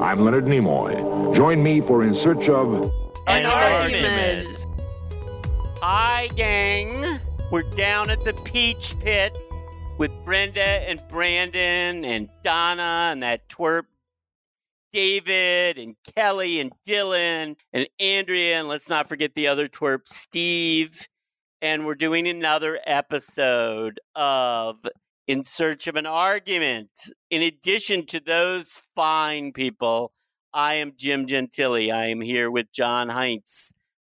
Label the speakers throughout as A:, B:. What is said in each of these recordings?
A: I'm Leonard Nimoy. Join me for In Search of.
B: An
C: argument.
B: Hi, gang. We're down at the Peach Pit with Brenda and Brandon and Donna and that twerp David and Kelly and Dylan and Andrea. And let's not forget the other twerp, Steve. And we're doing another episode of In Search of an Argument. In addition to those fine people, I am Jim Gentili. I am here with John Heinz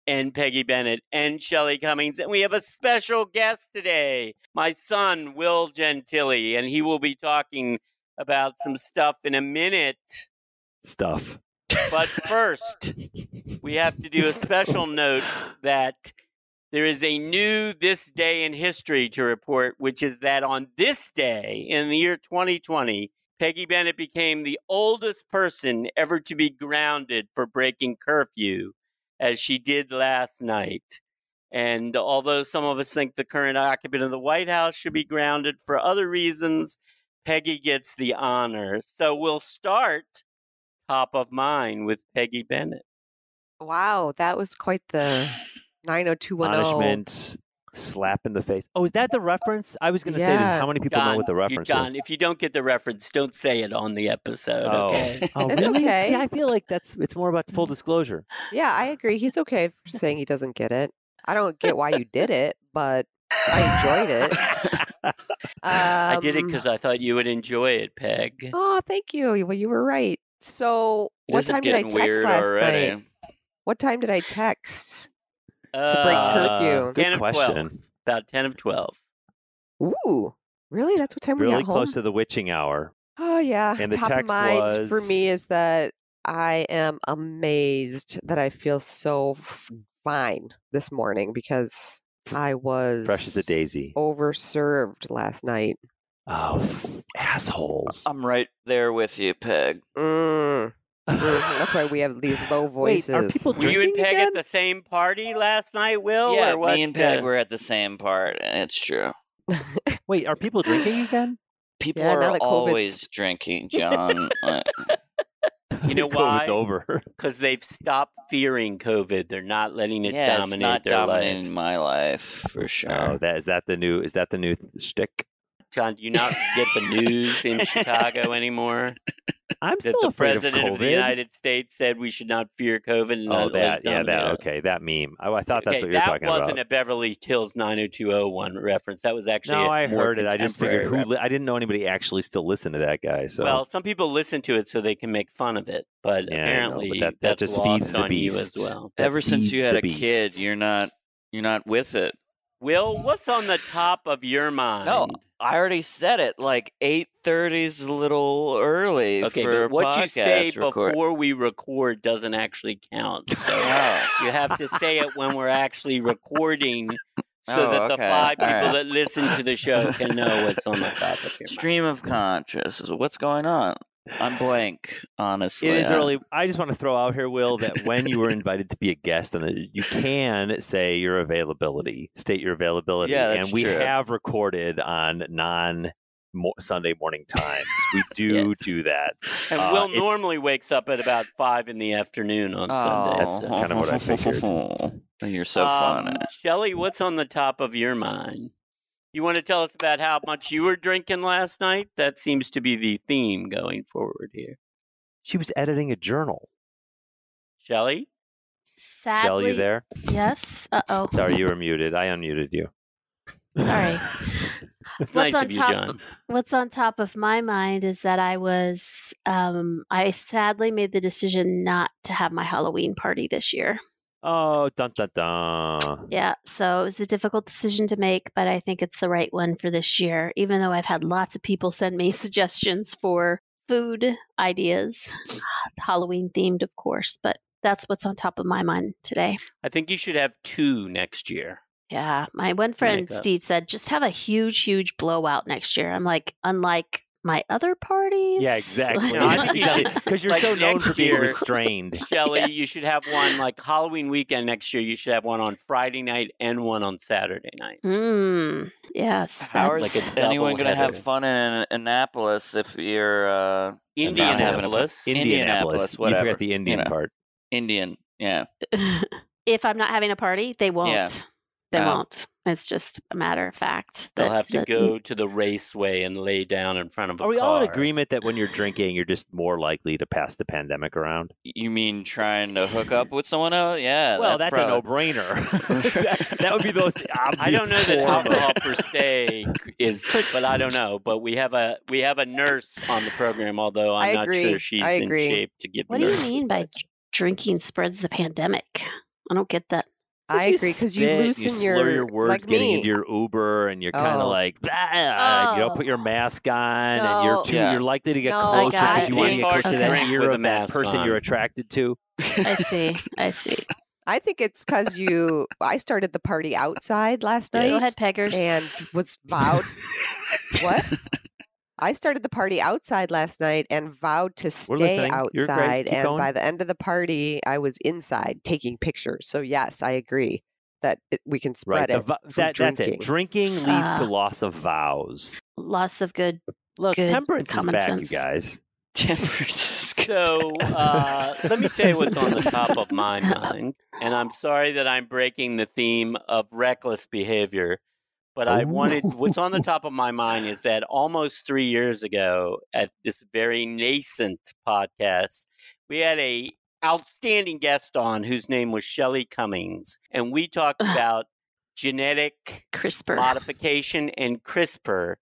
B: and Peggy Bennett and Shelly Cummings. And we have a special guest today, my son, Will Gentili, and he will be talking about some stuff in a minute.
C: stuff.
B: But first, we have to do a special note that there is a new this day in history to report, which is that on this day in the year 2020, Peggy Bennett became the oldest person ever to be grounded for breaking curfew, as she did last night. And although some of us think the current occupant of the White House should be grounded for other reasons, Peggy gets the honor. So we'll start top of mind with Peggy Bennett.
D: Wow, that was quite the 90210.
C: Punishment, slap in the face. Oh, is that the reference? I was going to say,
D: Yeah.
C: how many people know what the
B: you-
C: reference
B: John,
C: is?
B: if you don't get the reference, don't say it on the episode.
C: Oh.
B: Okay.
C: Oh,
D: That's
C: really? See,
D: okay.
C: I feel like that's it's more about full disclosure.
D: Yeah, I agree. He's okay for saying he doesn't get it. I don't get why you did it, but I enjoyed it.
B: I did it
D: Um,
B: because I thought you would enjoy it, Peg.
D: Oh, thank you. Well, you were right. So, what
E: This is
D: time did I
E: getting
D: text
E: weird
D: last
E: already.
D: night? What time did I text?
B: to
D: break
C: Uh,
D: curfew.
C: Good
B: 10 of 12.
C: question.
B: About 10 of 12.
D: Ooh, really? That's what time we
C: Really
D: got home?
C: close to the witching hour.
D: Oh yeah.
C: And the
D: Top
C: text
D: of mind for
C: was-
D: me is that I am amazed that I feel so f- fine this morning because I was
C: Fresh as a daisy.
D: oh. overserved last night.
C: Oh, f- assholes.
B: Um,
E: I'm right there with you, Peg.
D: Mm, mhm, That's why we have these low
C: Wait,
D: voices.
C: are people
B: Were you and
C: drinking
B: Peg
C: again?
B: at the same party last night, Will?
E: yeah,
B: or what?
E: me and Peg
B: Uh,
E: were at the same part. and It's true.
C: Wait, are people drinking again?
E: People
D: Yeah, now
E: are
D: that COVID's-
E: always drinking, John. uh, Like,
B: You know why?
C: It's over.
B: Because they've stopped fearing COVID. They're not letting it
E: yeah,
B: dominate
E: it's not
B: their
E: dominating
B: life.
E: my life for
C: Oh,
E: sure.
C: that is that the new is that the new th- shtick?
B: John, do you not get the news in Chicago anymore?
C: I'm
B: That
C: still
B: the
C: afraid
B: president
C: of
B: of,
C: COVID.
B: the United States said we should not fear COVID. And
C: Oh,
B: not let
C: that
B: it
C: yeah, that
B: dominate us.
C: okay, that meme. Oh, I, I thought that's
B: okay,
C: what you were
B: that
C: talking
B: wasn't
C: about.
B: a Beverly Hills 90201 reference. That was actually
C: No,
B: a
C: I
B: more
C: heard it. I just figured who
B: contemporary
C: li- I didn't know anybody actually still listened to that guy. So
B: Well, some people listen to it so they can make fun of it, but
C: uh Yeah, I know, but
B: apparently
C: that- that
B: that's
C: just
B: lost
C: feeds the
B: on you as
C: beast.
B: well.
C: that
E: Ever since
C: feeds
E: you had
C: the
E: a kid,
C: beast.
E: you're not you're not with it.
B: Will, what's on the top of your mind?
E: No, I already said it. Like eight thirty's a little early.
B: Okay,
E: for a
B: but what you say
E: podcast record.
B: before we record doesn't actually count. So
E: Oh.
B: you have to say it when we're actually recording so
E: Oh,
B: that the
E: okay,
B: five
E: all
B: people
E: right.
B: that listen to the show can know what's on the top of your mind.
E: Stream of consciousness. What's going on? I'm blank, honestly.
C: It is
E: I-
C: really. I just want to throw out here, Will, that when you were invited to be a guest, and the, you can say your availability, state your availability,
E: Yeah,
C: and
E: that's
C: we
E: true.
C: have recorded on non mo- Sunday morning times. We do
E: Yes.
C: do that.
B: And
C: Uh,
B: Will
C: it's-
B: normally wakes up at about five in the afternoon on Sunday. uh,
C: That's
B: so-
C: kind of what I figured.
E: Oh. You're so
B: Um,
E: funny.
B: Shelly, what's on the top of your mind? You want to tell us about how much you were drinking last night? That seems to be the theme going forward here.
C: She was editing a journal.
B: Shelly?
C: Shell,
F: Sadly,
C: you there?
F: yes. Uh oh.
C: Sorry, you were muted. I unmuted you.
F: Sorry.
B: It's
F: What's
B: nice
F: on
B: of you,
F: top-
B: John.
F: What's on top of my mind is that I was, um, I sadly made the decision not to have my Halloween party this year.
C: Oh, dun dun dun.
F: Yeah, so it was a difficult decision to make, but I think it's the right one for this year. Even though I've had lots of people send me suggestions for food ideas, Halloween themed, of course, but that's what's on top of my mind today.
B: I think you should have two next year.
F: Yeah, my one friend
B: up.
F: Steve said just have a huge, huge blowout next year. I'm like, unlike my other parties.
C: Yeah, exactly.
B: No, I think you should-
C: Because you're
B: like,
C: so known
B: next
C: for being
B: year-
C: restrained.
B: Shelly, you should have one like Halloween weekend next year. You should have one on Friday night and one on Saturday night.
F: Mm, yes.
E: How is
C: Like
F: that's-
C: a
E: anyone going to have
C: doubleheader.
E: fun in Annapolis if you're uh,
B: Indianapolis.
E: Indianapolis,
C: You
E: whatever,
C: forgot the Indian
E: you know.
C: part.
E: Indian? Yeah.
F: if I'm not having a party, they won't. They
E: Oh.
F: won't. It's just a matter of fact.
B: They'll
F: that-
B: have to
F: that-
B: go to the raceway and lay down in front of a
C: Are we all in
B: car.
C: agreement that when you're drinking, you're just more likely to pass the pandemic around?
E: You mean trying to hook up with someone else?
B: Uh,
E: Yeah.
C: well, that's, a
E: probably-
C: no-brainer. that, that would be the most obvious.
B: I don't know that
C: form of-
B: alcohol per se is, but I don't know. But we have a we have a nurse on the program, although I'm
D: I
B: not
D: agree.
B: sure she's
D: I
B: in
D: agree.
B: shape to give.
F: What
B: the
F: do you
B: nurse
F: mean by
B: advice.
F: drinking spreads the pandemic? I don't get that.
D: I
C: you
D: agree because you
C: spit,
D: loosen
C: you slur your, words
D: like
C: getting
D: me.
C: into your Uber, and you're kind
D: Oh.
C: of like, "Bah," and you don't put your
F: Oh.
C: mask on, and you're
D: No.
C: too,
E: Yeah.
C: you're likely to get
D: No,
C: closer
F: I
C: because you want to
F: think-
C: get closer to that
F: okay.
C: ear
B: With a
C: of that
B: mask
C: person
B: on.
C: you're attracted to.
F: I see. I see.
D: I think it's because you. I started the party outside last night
F: Go ahead, peggers.
D: and was vowed. what? I started the party outside last night and vowed to
C: We're
D: stay
C: listening. You're great.
D: outside.
C: Keep
D: And
C: going.
D: by the end of the party, I was inside taking pictures. So yes, I agree that it, we can
C: Right.
D: spread
C: The
D: it.
C: vo-
D: from
C: that, that's it.
D: drinking.
C: Drinking leads to
F: Ah.
C: loss of vows.
F: Lots of good.
C: Look,
F: Good
C: temperance is
F: common
C: back,
F: sense.
C: you guys.
E: Temperance is
B: So uh, let me tell you what's on the top of my mind, and I'm sorry that I'm breaking the theme of reckless behavior, but I wanted what's on the top of my mind is that almost three years ago at this very nascent podcast, we had a outstanding guest on whose name was Shelley Cummings, and we talked about genetic
F: CRISPR.
B: modification and CRISPR,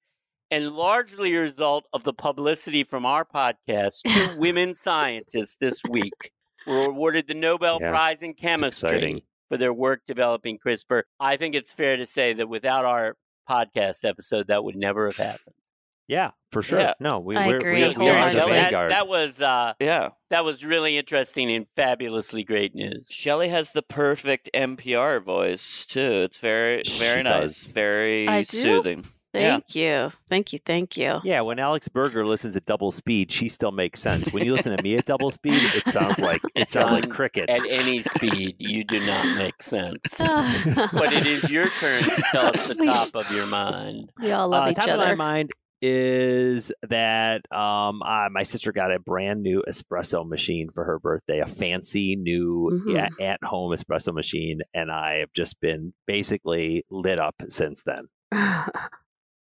B: and largely a result of the publicity from our podcast, two women scientists this week were awarded the Nobel
C: Yeah,
B: Prize in
C: It's
B: Chemistry
C: exciting.
B: for their work developing CRISPR. I think it's fair to say that without our podcast episode, that would never have happened. uh,
C: Yeah, for sure.
E: Yeah.
C: No, we,
F: I
C: we're,
F: agree
C: we're, we're on the
F: wholeheartedly.
B: that,
C: vanguard.
B: that was uh,
E: Yeah.
B: that was really interesting and fabulously great news.
E: Shelly has the perfect NPR voice too. It's very
C: She
E: very nice,
C: does.
E: very
F: I do?
E: soothing. Yeah.
F: Thank you. Thank you. Thank you.
C: yeah, when Alex Berger listens at double speed, she still makes sense. When you listen to me at double speed, it sounds like it sounds like
F: Um,
B: John,
C: crickets.
B: At any speed, you do not make sense.
F: but
B: but it is your turn to tell us the
F: We-
B: top of your mind.
F: We all love
C: uh,
F: each
C: top of my
F: other.
C: mind is that um, uh, my sister got a brand new espresso machine for her birthday, a fancy new
F: Mhm.
C: at home espresso machine, and I have just been basically lit up since then.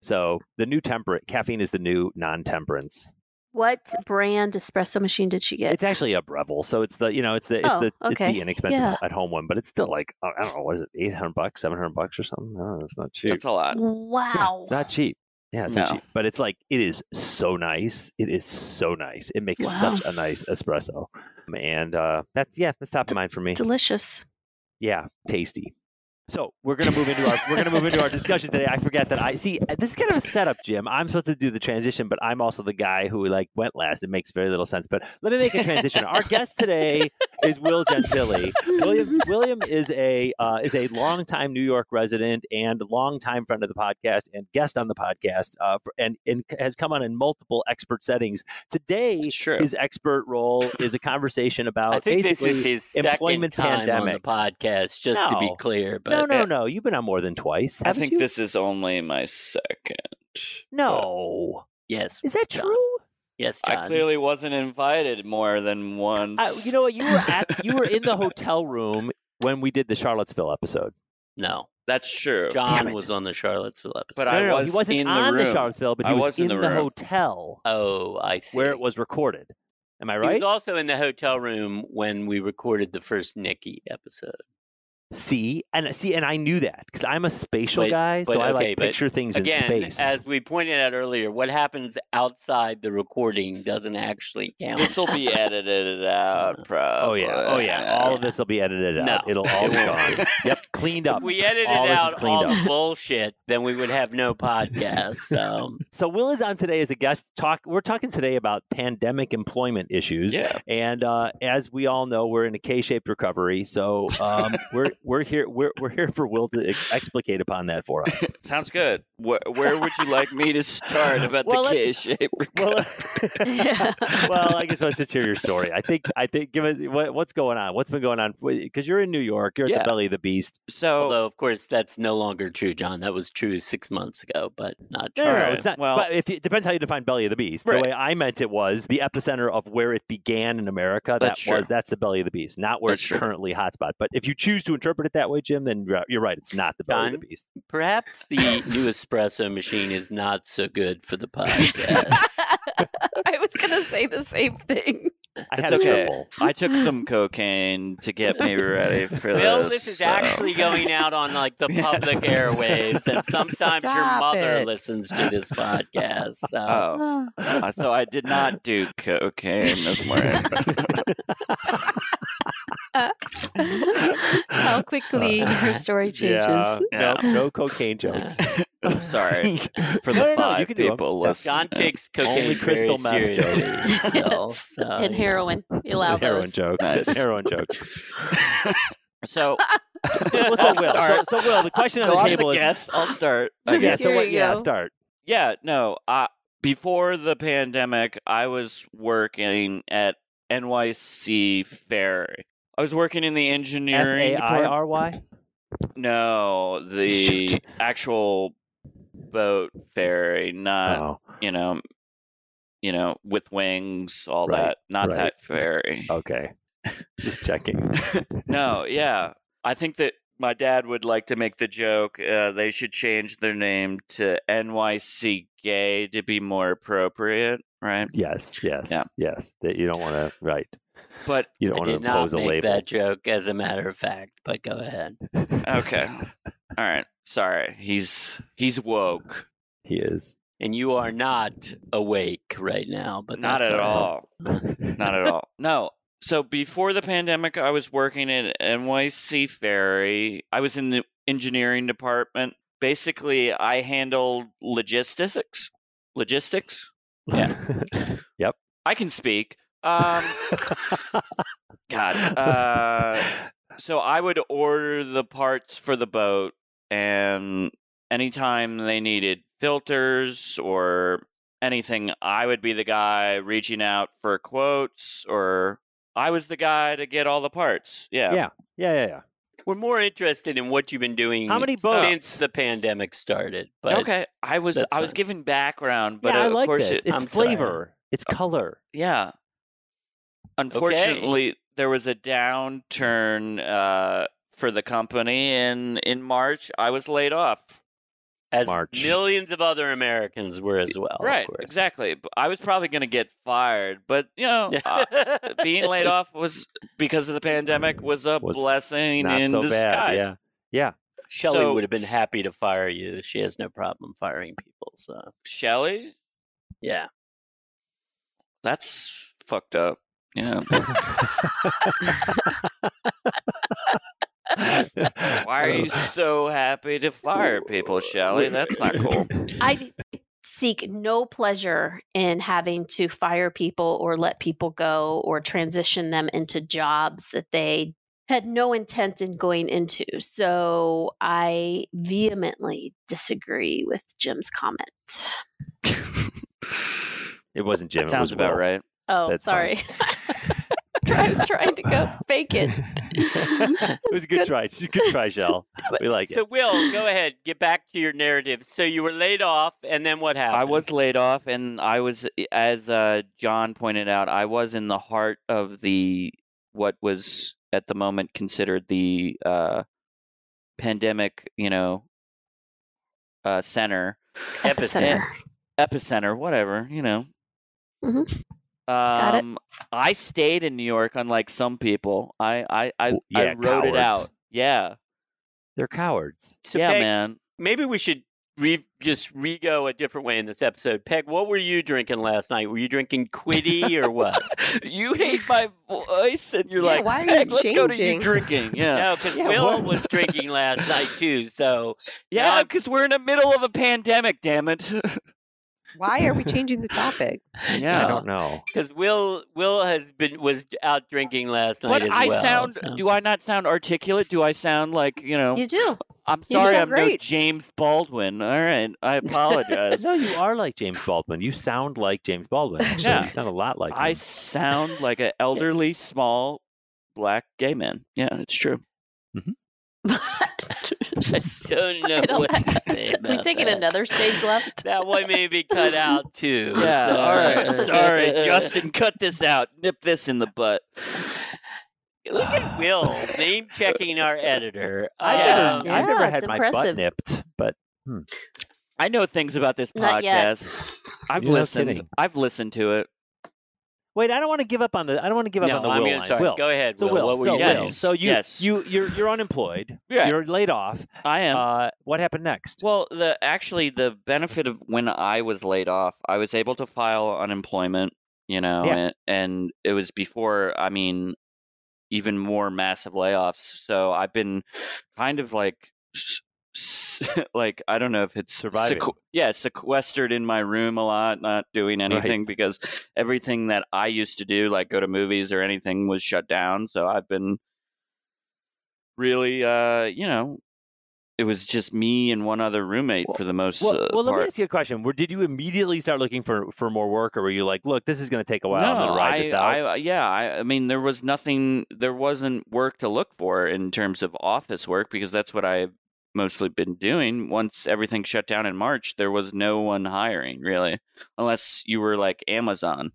C: So the new temperate caffeine is the new non temperance.
F: what brand espresso machine did she get?
C: It's actually a Breville, so it's the you know it's the it's
F: Oh,
C: the it's
F: okay.
C: the inexpensive
F: Yeah.
C: at home one, but it's still like I don't know what is it eight hundred bucks, seven hundred bucks or something. I don't know, it's not cheap.
E: That's a lot.
C: Yeah,
F: wow.
C: it's not cheap. Yeah, it's not
E: No.
C: cheap. But it's like it is so nice. It is so nice. It makes such a nice espresso. And uh that's yeah, that's top of mind for me.
F: Delicious.
C: Yeah, tasty. So we're gonna move into our we're gonna move into our discussion today. I forgot that I see this is kind of a setup, Jim. I'm supposed to do the transition, but I'm also the guy who like went last. It makes very little sense. But let me make a transition. our guest today is Will Gentili. William William is a uh, is a longtime New York resident and longtime friend of the podcast and guest on the podcast, uh, for, and and has come on in multiple expert settings. Today,
E: It's true.
C: his expert role is a conversation about
B: I think this
C: basically
B: is his second
C: employment
B: time on the
C: pandemics.
B: podcast, just to be
C: No.
B: clear. But uh,
C: no, no, no. You've been on more than twice.
E: I
C: haven't
E: think
C: you?
E: this is only my second.
C: No,
B: yes,
C: is that
B: John.
C: true?
B: yes, John.
E: I clearly wasn't invited more than once.
C: I, you know what? You were at, you were in the hotel room when we did the Charlottesville episode.
B: no,
E: that's true.
B: John
C: it.
B: was on the Charlottesville episode.
E: But
C: No,
E: I
C: no, no,
E: was
C: he wasn't
E: in the
C: on
E: room.
C: Charlottesville, but he
E: I
C: was, in, the,
E: room.
C: hotel
B: oh, I see.
C: where it was recorded. Am I
B: He
C: right?
B: was also in the hotel room when we recorded the first Nikki episode.
C: see, and see, and I knew that because I'm a spatial
B: But-
C: guy, so
B: but
C: I
B: okay,
C: like
B: but
C: picture things
B: Again,
C: in space.
B: as we pointed out earlier, what happens outside the recording doesn't actually count.
E: This will be edited out, probably.
C: oh yeah, oh yeah. Oh, All of this will be edited out.
B: No.
C: It'll all be
B: It won't
C: gone.
B: be.
C: yep, cleaned up.
B: If we edited
C: All this
B: out
C: is cleaned
B: all
C: up.
B: the bullshit, then we would have no podcast. So
C: So Will is on today as a guest. Talk. We're talking today about pandemic employment issues.
E: Yeah.
C: And uh, as we all know, we're in a K-shaped recovery, so um, we're we're here we're, we're here for Will to ex- explicate upon that for us.
E: Sounds good. Where, where would you like me to start about
C: Well,
E: the
C: let's-
E: K shape?
C: Well, well, I guess let's just hear your story. I think I think give it what, what's going on. What's been going on? Because you're in New York. You're at
E: Yeah.
C: the belly of the beast.
E: So
B: although of course that's no longer true, John. That was true six months ago, but not
C: No,
B: true.
C: no, no,
E: Alright,
C: it's not.
E: well-
C: but if you, it depends how you define belly of the beast.
E: Right.
C: The way I meant it was the epicenter of where it began in America. That
E: That's true.
C: was that's the belly of the beast, not where
E: That's
C: it's
E: true.
C: currently hotspot. But if you choose to interpret it that way, Jim, then you're, you're right. It's not the belly of the
B: Done.
C: beast.
B: Perhaps the new espresso machine is not so good for the podcast.
F: I was going to say the same thing.
C: I
E: It's
C: had
E: okay.
C: a triple.
E: I took some cocaine to get me ready for
B: Bill,
E: this.
B: this is
E: so-
B: actually going out on like the
E: Yeah.
B: public airwaves, and sometimes your
D: Stop
B: mother
D: it.
B: listens to this podcast. So
E: Oh, uh, so I did not do cocaine this morning.
F: How quickly your story changes.
C: Yeah,
E: Yeah.
C: No, no cocaine jokes.
E: I'm sorry for the
C: No, no, no, you
E: five
C: can do 'em.
E: people
C: That's-
E: listening.
B: John takes cocaine
C: crystal meth
B: very
C: jokes.
B: seriously. Bill,
F: Yes.
B: so,
F: and
B: you
F: heroin. We allow
C: Uh, heroin
F: those.
C: jokes.
E: Nice.
C: Heroin jokes.
E: So,
C: Well, so, Will, so, so Will, the question
E: so
C: on
E: I'm
C: the table is.
E: guest. I'll start. I
C: Yeah,
E: guess.
C: so
F: Here
C: what,
F: you
C: yeah,
F: go.
C: start.
E: Yeah, no. Uh, before the pandemic, I was working at NYC Ferry. I was working in the
C: F
E: engineering.
C: A I
E: department.
C: R Y.
E: No, the actual boat ferry, not
C: Oh,
E: you know, you know, with wings, all
C: Right,
E: that. Not
C: right. Oh.
E: that ferry.
C: okay. Just checking.
E: No, yeah. I think that my dad would like to make the joke. Uh, they should change their name to NYC Gay to be more appropriate, right?
C: Yes, yes,
E: Yeah.
C: yes. That you don't want to right.
E: But
C: You don't
B: I
C: want to
B: did not
C: impose a
B: make
C: label.
B: that joke, as a matter of fact. But go ahead.
E: okay, all right. Sorry, he's he's woke.
C: He is.
B: And you are not awake right now, but
E: not
B: that's
E: at
B: right.
E: all. not at all. No. So before the pandemic, I was working at NYC Ferry. I was in the engineering department. Basically, I handled logistics. Logistics.
C: Yeah.
E: I can speak. Um, God. Uh, so I would order the parts for the boat, and anytime they needed filters or anything, I would be the guy reaching out for quotes, or I was the guy to get all the parts. Yeah.
C: Yeah. yeah, yeah, yeah.
B: We're more interested in what you've been doing
C: How many
B: since
C: boats?
B: the pandemic started. But
E: okay. I was
B: that's
E: I was
B: fine.
E: giving background, but
C: yeah,
E: uh,
C: I
E: of
C: like
E: course
C: this.
E: it- Oh.
C: it's
B: I'm sorry.
C: flavor. It's color.
E: Yeah. Unfortunately, there was a downturn uh, for the company, and in March I was laid off.
B: as
C: March.
B: millions of other Americans were as well. of
E: right,
B: course.
E: exactly. B- I was probably going to get fired, but you know, uh, being laid off was because of the pandemic was a
C: Was
E: blessing
C: Not
E: in
C: so bad.
E: disguise.
C: Yeah.
B: Shelley
E: So-
B: would have been happy to fire you. She has no problem firing people. So
E: Shelly,
B: yeah,
E: that's fucked up. Yeah. Why are you so happy to fire people, Shelly? That's not cool.
F: I seek no pleasure in having to fire people or let people go or transition them into jobs that they had no intent in going into. So I vehemently disagree with Jim's comment.
C: It wasn't Jim. it
E: Sounds
C: was
E: about
C: Will.
E: right.
F: Oh,
C: That's
F: sorry. I was trying to go fake it.
C: it was a good,
F: Good-
C: try. It's a good try, Shell. We like
B: So,
C: it.
B: Will, go ahead. Get back to your narrative. So, you were laid off, and then what happened?
E: I was laid off, and I was, as uh, John pointed out, I was in the heart of the what was at the moment considered the uh, pandemic, you know, uh, center
F: Epicenter.
E: epicenter, whatever, you know.
D: Mm-hmm.
F: Mhm.
E: Um,
F: it.
E: I stayed in New York, unlike some people. I I I,
C: W-
E: I
C: yeah,
E: wrote it
C: cowards.
E: out. Yeah,
C: They're cowards.
B: So
E: yeah,
B: Peg,
E: man.
B: Maybe we should re- just re go a different way in this episode. Peg, what were you drinking last night? Were you drinking Quiddy or what?
E: you hate my voice, and you're
D: Yeah,
E: like,
D: why are you
E: "Peg, let's go to you
D: changing?"
E: drinking. Yeah,
B: No, because
C: Yeah,
B: Will
C: what-
B: was drinking last night too. So
E: yeah, because we're in the middle of a pandemic. Damn it.
D: Why are we changing the topic?
E: yeah,
C: I don't know.
B: because Will Will has been was out drinking last night
E: But
B: as
E: I
B: well.
E: sound.
B: so-
E: Do I not sound articulate? Do I sound like you know?
F: You do.
E: I'm
D: you
E: sorry,
D: sound
E: I'm no
D: great.
E: James Baldwin. All right, I apologize.
C: No, you are like James Baldwin. You sound like James Baldwin. Actually.
E: Yeah.
C: You sound a lot like
E: I
C: him.
E: sound like an elderly, small, black gay man. Yeah, it's true.
B: don't know what to say
F: We're
B: about
F: taking
B: that.
F: another stage left.
B: that one may be cut out too.
E: Yeah,
B: so-
E: all right. Sorry, Justin, cut this out. Nip this in the butt.
B: Look at Will name checking our editor.
C: I never,
B: Um,
F: Yeah,
C: I've never
F: it's
C: had my butt
F: impressive.
C: nipped, but
E: I know things about this
F: Not yet.
E: podcast. I've
C: You're not
E: listened.
C: kidding.
E: I've listened to it.
C: wait, I don't want to give up on the. I don't want to give up
B: no,
C: on the
B: I'm
C: will
B: gonna-
C: line.
B: sorry.
C: Will.
B: Go ahead.
C: So
B: Will,
C: Will,
B: what were
C: so,
B: you
E: Will,
B: saying?
C: so you
E: Yes.
C: you you're you're unemployed.
E: Yeah.
C: You're laid off.
E: I am.
C: Uh, what happened next?
E: well, the actually the benefit of when I was laid off, I was able to file unemployment. You know,
C: Yeah.
E: and, and it was before. I mean, even more massive layoffs. So I've been kind of like. s- s- Like I don't know if it's
C: Surviving.
E: sequ- yeah, sequestered in my room a lot, not doing
C: Right.
E: anything because everything that I used to do, like go to movies or anything, was shut down. So I've been really, uh, you know, it was just me and one other roommate
C: Well-
E: for the most
C: Well,
E: uh,
C: well, let me
E: part.
C: ask you a question. Where did you immediately start looking for, for more work, or were you like, "Look, this is going to take a while.
E: no,
C: I'm going to ride this out."
E: I, I, yeah, I, I mean, there was nothing, there wasn't work to look for in terms of office work because that's what I mostly been doing. Once everything shut down in March, there was no one hiring really, unless you were like Amazon.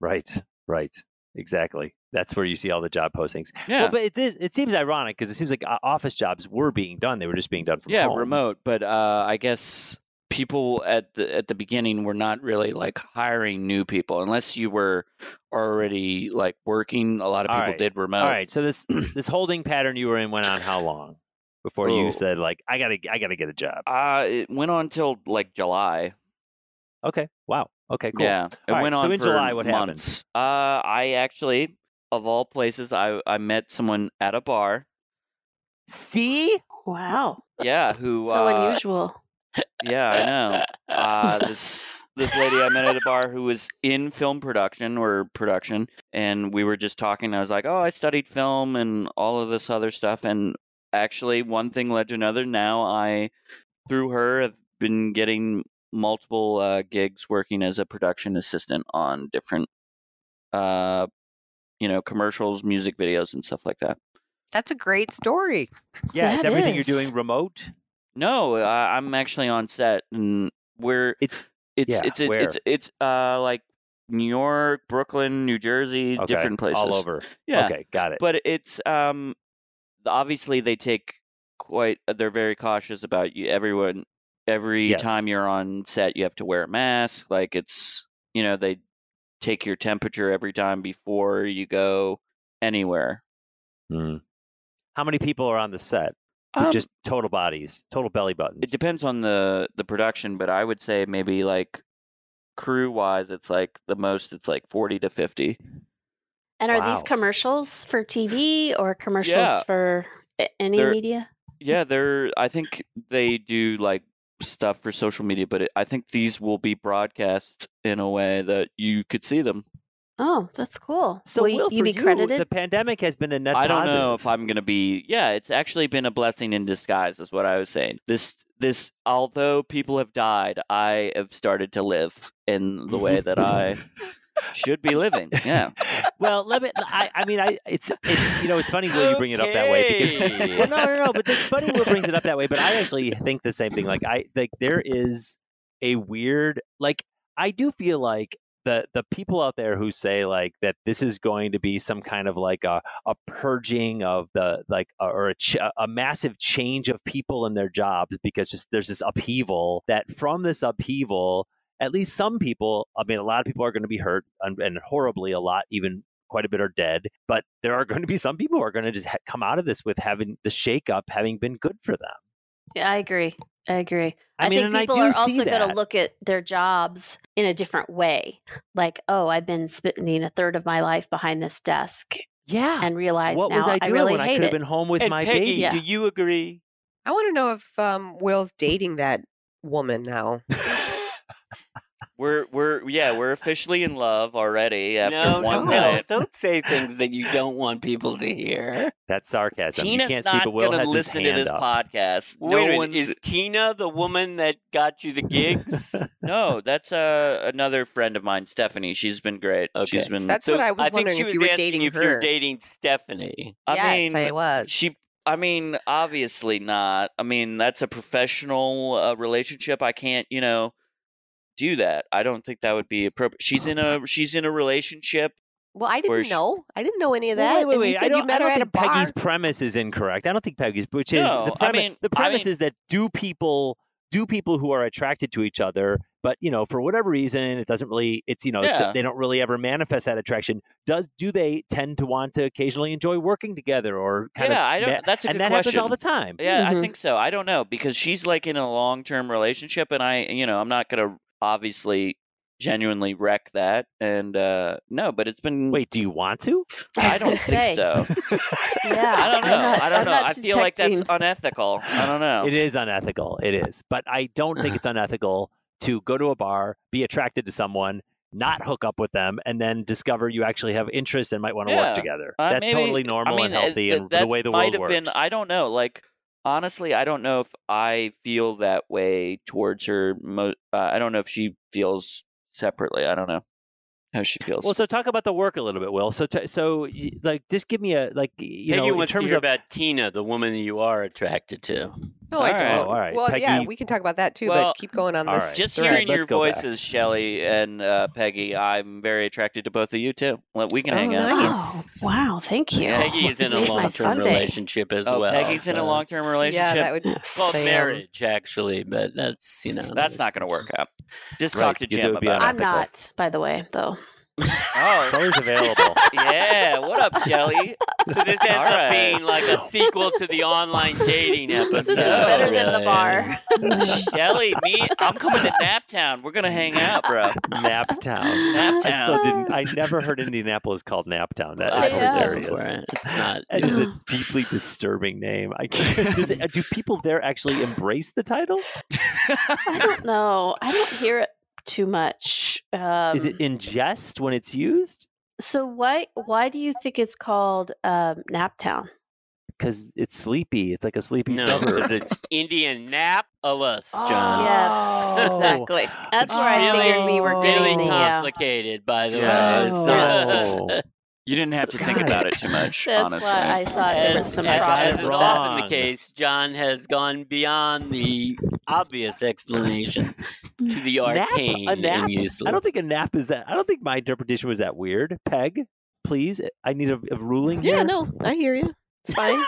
C: Right, right, exactly. That's where you see all the job postings.
E: Yeah,
C: Well, but it is, it seems ironic because it seems like uh, office jobs were being done; they were just being done from
E: yeah,
C: home.
E: remote. But uh, I guess people at the at the beginning were not really like hiring new people unless you were already like working. A lot of
C: All
E: people
C: right.
E: did remote.
C: All right, so this this holding pattern you were in went on how long before
E: Ooh.
C: you said like, "I gotta, I gotta get a job"?
E: Uh, it went on till like July.
C: Okay, wow, okay, cool.
E: Yeah, it
C: All right,
E: went
C: so
E: on
C: in
E: for
C: July, what happened?
E: months. Uh, I actually, of all places, I I met someone at a bar.
C: See,
F: Wow.
E: Yeah, who?
F: So
E: uh,
F: unusual.
E: Yeah, I know. Uh, this this lady I met at a bar who was in film production or production, and we were just talking. I was like, "Oh, I studied film and all of this other stuff." And actually, one thing led to another. Now I, through her, have been getting multiple uh, gigs working as a production assistant on different, uh, you know, commercials, music videos, and stuff like that.
D: That's a great story.
C: yeah, it's
F: That
C: everything
F: is.
C: you're doing remote.
E: No, I, I'm actually on set, and we're
C: It's
E: It's
C: Yeah,
E: it's a,
C: where?
E: it's it's uh like New York, Brooklyn, New Jersey,
C: okay,
E: different places.
C: all over.
E: Yeah.
C: Okay, got it.
E: But it's um obviously they take quite uh, they're very cautious about you everyone every
C: Yes.
E: time you're on set you have to wear a mask like it's you know they take your temperature every time before you go anywhere.
C: Hmm. How many people are on the set?
E: Um,
C: just total bodies, total belly buttons.
E: it depends on the the production, but I would say maybe like crew wise it's like the most it's like 40 to 50.
F: And are
C: wow.
F: these commercials for TV or commercials
E: Yeah.
F: for a- any
E: They're-
F: media?
E: Yeah, they're. I think they do like stuff for social media, but it, I think these will be broadcast in a way that you could see them.
F: Oh, that's cool.
C: So
F: Will you-
C: Will,
F: you
C: for
F: be credited?
C: The pandemic has been a net
E: I don't
C: positive.
E: know if I'm gonna be. Yeah, it's actually been a blessing in disguise, is what I was saying. This, this. Although people have died, I have started to live in the way that I should be living. Yeah.
C: well, let me. I, I mean, I. It's, it's you know, it's funny Will you bring it up that way because.
B: Okay.
C: Well, no, no, no. But it's funny Will brings it up that way. But I actually think the same thing. Like I like there is a weird like I do feel like the the people out there who say like that this is going to be some kind of like a a purging of the like uh, or a, ch- a massive change of people in their jobs because just there's this upheaval that from this upheaval at least some people i mean a lot of people are going to be hurt and, and horribly a lot even quite a bit are dead but there are going to be some people who are going to just ha- come out of this with having the shakeup having been good for them
F: Yeah, I agree. I agree.
C: I, mean,
F: think
C: and I
F: people
C: do
F: are
C: see
F: also going
C: that.
F: to look at their jobs in a different way. Like, oh, I've been spending a third of my life behind this desk
C: yeah.
F: and realize
C: what
F: now
C: was I doing
F: really
C: when I
F: hate
C: could have
F: it.
C: been home with
B: and
C: my
B: Peggy,
C: baby?
F: Yeah.
B: do you agree?
D: I want to know if um, Will's dating that woman now.
E: We're we're yeah, we're officially in love already after
B: no, no,
E: one
B: no.
E: minute.
B: Don't say things that you don't want people to hear.
C: That's sarcasm. you
E: Tina's
C: can't see,
E: not
C: but Will
E: gonna
C: has his
E: listen to
C: hand
E: this
C: up.
E: podcast.
B: Wait a
E: no
B: minute,
E: one's
B: is Tina the woman that got you the gigs?
E: no. That's uh, another friend of mine, Stephanie. She's been great. She's
B: Okay.
E: been.
D: That's what I was
B: I think
D: wondering
B: she
D: if
B: was
D: you were
B: asking
D: dating
B: if
D: her.
B: you're dating Stephanie.
E: I
D: yes,
E: mean,
D: I was.
E: she i mean obviously not i mean that's a professional uh, relationship i can't you know do that i don't think that would be appropriate she's in a she's in a relationship
D: Well, I
E: where
D: didn't
E: she-
D: know. I didn't know any of
C: Well,
D: that.
C: Wait, wait,
D: and
C: wait.
D: you
C: I
D: said
C: don't,
D: you met
C: I
D: her
C: don't
D: at a
C: think
D: bar.
C: Peggy's premise is incorrect. I don't think Peggy's, which is the
E: No, I
C: premise,
E: mean-
C: the
E: I mean-
C: premise is that do people do people who are attracted to each other, but you know, for whatever reason, it doesn't really. It's you know, it's-
E: Yeah.
C: they don't really ever manifest that attraction. Does do they tend to want to occasionally enjoy working together or kind
E: yeah
C: of?
E: i don't
C: ma-
E: that's a
C: and
E: good
C: that
E: question
C: happens all the Mm-hmm. time.
E: yeah i
F: Mhm.
E: think so i don't know because she's like in a long-term relationship and i you know i'm not gonna obviously genuinely wreck that and uh no but it's been
C: Wait, do you want to?
E: I
F: was
E: don't
F: gonna
E: think
F: say.
E: so.
F: yeah,
E: i don't
F: I'm
E: know
F: not-
E: i don't
F: I'm
E: know
F: not
E: i feel like that's
F: detecting-
E: unethical i don't know
C: It is unethical. It is, but I don't think it's unethical to go to a bar, be attracted to someone. Not hook up with them and then discover you actually have interests and might want to
E: Yeah.
C: work together.
E: Uh,
C: That's
E: maybe-
C: totally normal and
E: uh,
C: healthy
E: th-
C: and the
E: that's-
C: way the world
E: might have
C: works.
E: Been, I don't know. Like honestly, I don't know if I feel that way towards her. Mo- uh, I don't know if she feels separately. I don't know how she feels.
C: Well, so talk about the work a little bit, Will. So, t- so y- like, just give me a like, y- you
B: Peggy
C: know, in
B: wants to
C: terms
B: hear
C: of
B: about Tina, the woman that you are attracted to.
D: No, I
E: All right,
D: don't.
C: all right,
D: Well, yeah,
C: Peggy-
D: we can talk about that too,
E: Well,
D: but keep going on
C: all
D: this.
C: right.
E: just
D: thread.
E: hearing
C: Let's
E: your
C: go back.
E: voices, Shelly and uh, Peggy, I'm very attracted to both of you too. Well, we can
D: Oh,
E: hang out.
D: nice.
F: Oh, wow. Thank you.
E: Yeah.
B: Peggy is in a
F: Made my
B: long term
F: Sunday.
B: relationship as
E: Oh,
B: well.
E: Peggy's in a
B: so-
E: long term relationship.
D: Yeah, that would
B: well,
D: Sam.
B: marriage actually, but that's you know
E: That's not going to work out. Just
C: Right,
E: talk to
C: because it
E: Jim
C: would be
E: about
F: I'm
E: it.
C: unethical.
F: not, by the way, though.
E: Oh,
C: always available.
E: yeah. What up, Shelly?
B: So this ends
E: All
B: up
E: right.
B: being like a sequel to the online dating episode.
F: This is better than the
B: really.
F: bar.
E: Mm. Shelly, me, I'm coming to Naptown. We're gonna hang out, bro.
C: Naptown. I still
E: Naptown.
C: didn't. I never heard Indianapolis called Naptown. That
F: Oh,
B: Well, I've
C: is
B: heard that
C: hilarious.
B: before. It's not.
C: That is a deeply disturbing name. I can't, does it, uh, do people there actually embrace the title?
F: I don't know. I don't hear it too much. Um,
C: Is it in jest when it's used?
F: so why why do you think it's called um, Naptown?
C: Because it's sleepy. It's like a sleepy
B: No,
C: suburb.
B: because it's Indianapolis,
F: Oh,
B: John.
F: Yes,
C: Oh.
F: exactly. That's where I
B: Really-
F: figured we were getting
B: Really
F: the yeah.
B: complicated, by the
E: Yeah.
B: way. It's not-
C: Oh.
E: You didn't have to think
C: God.
E: about it too much,
F: That's
E: honestly.
F: why I thought there was
B: As,
F: some
B: as-
F: problem.
B: as is
F: with
C: wrong.
F: that.
B: often the case, John has gone beyond the obvious explanation to the
C: Nap- a
B: arcane
C: nap?
B: and useless.
C: I don't think a nap is that. I don't think my interpretation was that weird. Peg, please, I need a, a ruling
D: Yeah,
C: here.
D: no, I hear you. It's fine.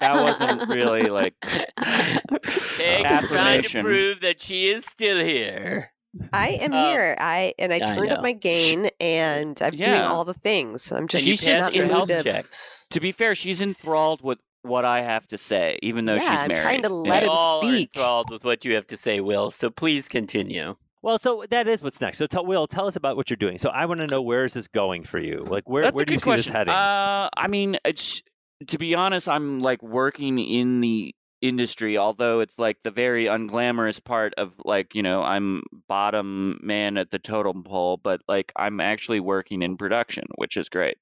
E: That wasn't really like
B: Peg is trying to
E: Affirmation.
B: prove that she is still here.
D: I am
E: Uh,
B: Um,
D: here. I and I
B: I
D: turned up
B: know.
D: my gain, and I'm doing
E: Yeah.
D: all the things. I'm
B: And
D: just
B: you
E: she's just
B: passed
D: not
B: your
D: in the
B: health
D: mood to-
B: checks.
E: to be fair, she's enthralled with what I have to say, even though
D: Yeah,
E: she's
D: I'm
E: married.
D: trying to
E: Yeah.
D: let
B: We
D: him
B: all are
D: speak.
B: enthralled with what you have to say, Will. So please continue.
C: Well, so that is what's next. So, tell, Will, tell us about what you're doing. So, I want to know where is this going for you? Like, where
E: That's
C: where
E: a
C: do you
E: good
C: see this
E: question.
C: heading?
E: Uh, I mean, it's to be honest, I'm like working in the industry, although it's like the very unglamorous part of like you know I'm bottom man at the totem pole, but like I'm actually working in production, which is great.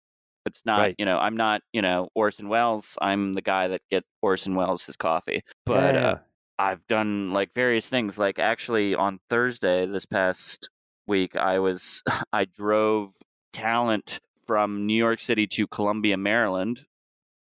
E: It's not
C: Right.
E: you know I'm not you know Orson Welles. I'm the guy that get Orson Welles his coffee, but
C: Yeah.
E: uh, I've done like various things. Like actually on Thursday this past week, I was I drove talent from New York City to Columbia, Maryland,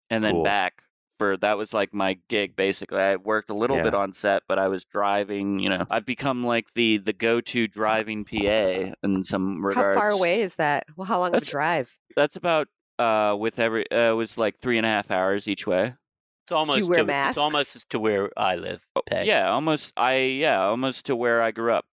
E: and then
C: Cool.
E: back for that was like my gig basically. I worked a little
C: Yeah.
E: bit on set, but I was driving, you know. I've become like the the go-to driving PA in some
D: How
E: regards.
D: far away is that? Well, how long of a
E: That's-
D: drive?
E: That's about uh with every uh, it was like three and a half hours each way.
B: It's almost
D: wear
B: to,
D: masks?
B: It's almost as to where I live, Peg.
E: Oh, Yeah, almost I yeah, almost to where I grew up.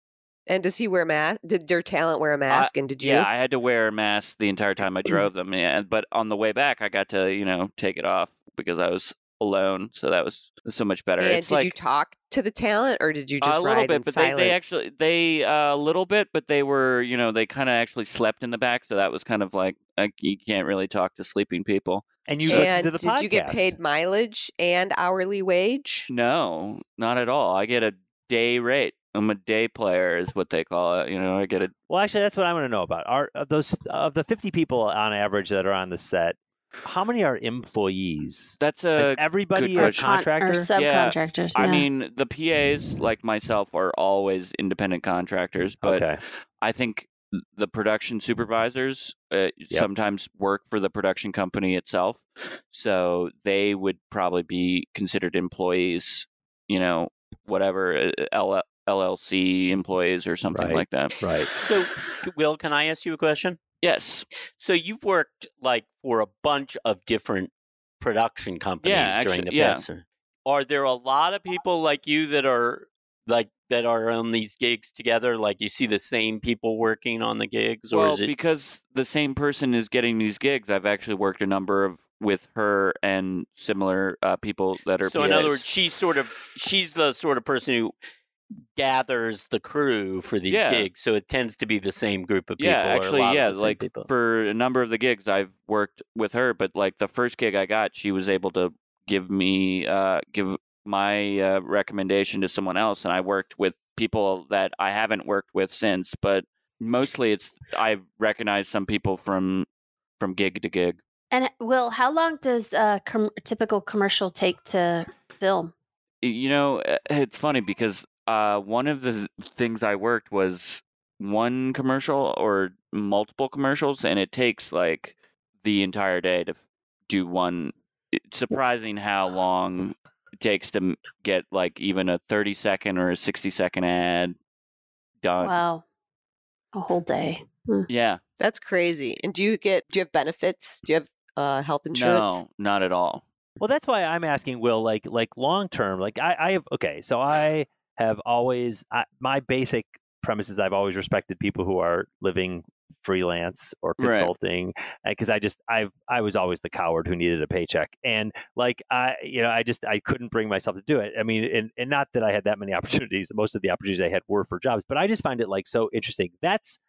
D: And does he wear a mask? Did your talent wear a mask? and did you?
E: Yeah, I had to wear a mask the entire time I drove them. Yeah, but on the way back, I got to you know take it off because I was alone, so that was so much better.
D: And
E: it's
D: did
E: like
D: you talk to the talent, or did you just
E: a little
D: ride in
E: bit, but they,
D: silence?
E: they actually they uh, a little bit, but they were you know they kind of actually slept in the back, so that was kind of like, like you can't really talk to sleeping people.
C: and you
E: So-
C: listen
D: and
C: to the
D: did you get
C: podcast.
D: paid mileage and hourly wage?
E: Mm. No, not at all. I get a day rate. I'm a day player, is what they call it. You know, I get a
C: Well, actually, that's what I want to know about. Are of those of the fifty people on average that are on the set? How many are employees?
E: that's
C: Is
E: a
C: everybody a
E: question.
F: Con-
C: contractor?
F: or subcontractors.
E: I
F: yeah.
E: mean, the PAs like myself are always independent contractors, but
C: okay.
E: I think the production supervisors uh, sometimes work for the production company itself, so they would probably be considered employees. You know, whatever uh, L- LLC employees or something
C: Right.
E: like that.
C: Right.
B: So, c- Will, can I ask you a question?
E: Yes.
B: So you've worked like for a bunch of different production companies
E: Yeah,
B: during
E: actu-
B: the
E: yeah.
B: past. year. Are there a lot of people like you that are like that are on these gigs together? Like you see the same people working on the gigs, or
E: well,
B: is it
E: because the same person is getting these gigs, I've actually worked a number of with her and similar uh, people that are.
B: so? In other
E: PAs.
B: words, she's sort of she's the sort of person who gathers the crew for these
E: Yeah.
B: gigs. So it tends to be the same group of people.
E: yeah,
B: or a
E: actually,
B: lot of
E: yeah,
B: the same
E: like
B: people.
E: for a number of the gigs I've worked with her, but like the first gig I got, she was able to give me uh, give my uh, recommendation to someone else, and I worked with people that I haven't worked with since. But mostly, it's I recognize some people from from gig to gig.
F: and Will, how long does a com- typical commercial take to film?
E: Y- you know uh, it's funny because uh one of the things i worked was one commercial or multiple commercials and it takes like the entire day to f- do one it's surprising how long it takes to m- get like even a 30 second or a 60 second ad done
F: wow, a whole day.
E: yeah
D: That's crazy. And do you get? Do you have benefits? Do you have uh, health insurance?
E: no not at all
C: Well, that's why I'm asking Will, like, like long term, like I, I have okay, so I have always I, my basic premise is I've always respected people who are living freelance or
E: Right.
C: consulting because I just I I was always the coward who needed a paycheck and like I you know I just I couldn't bring myself to do it I mean and, and not that I had that many opportunities most of the opportunities I had were for jobs but I just find it like so interesting that's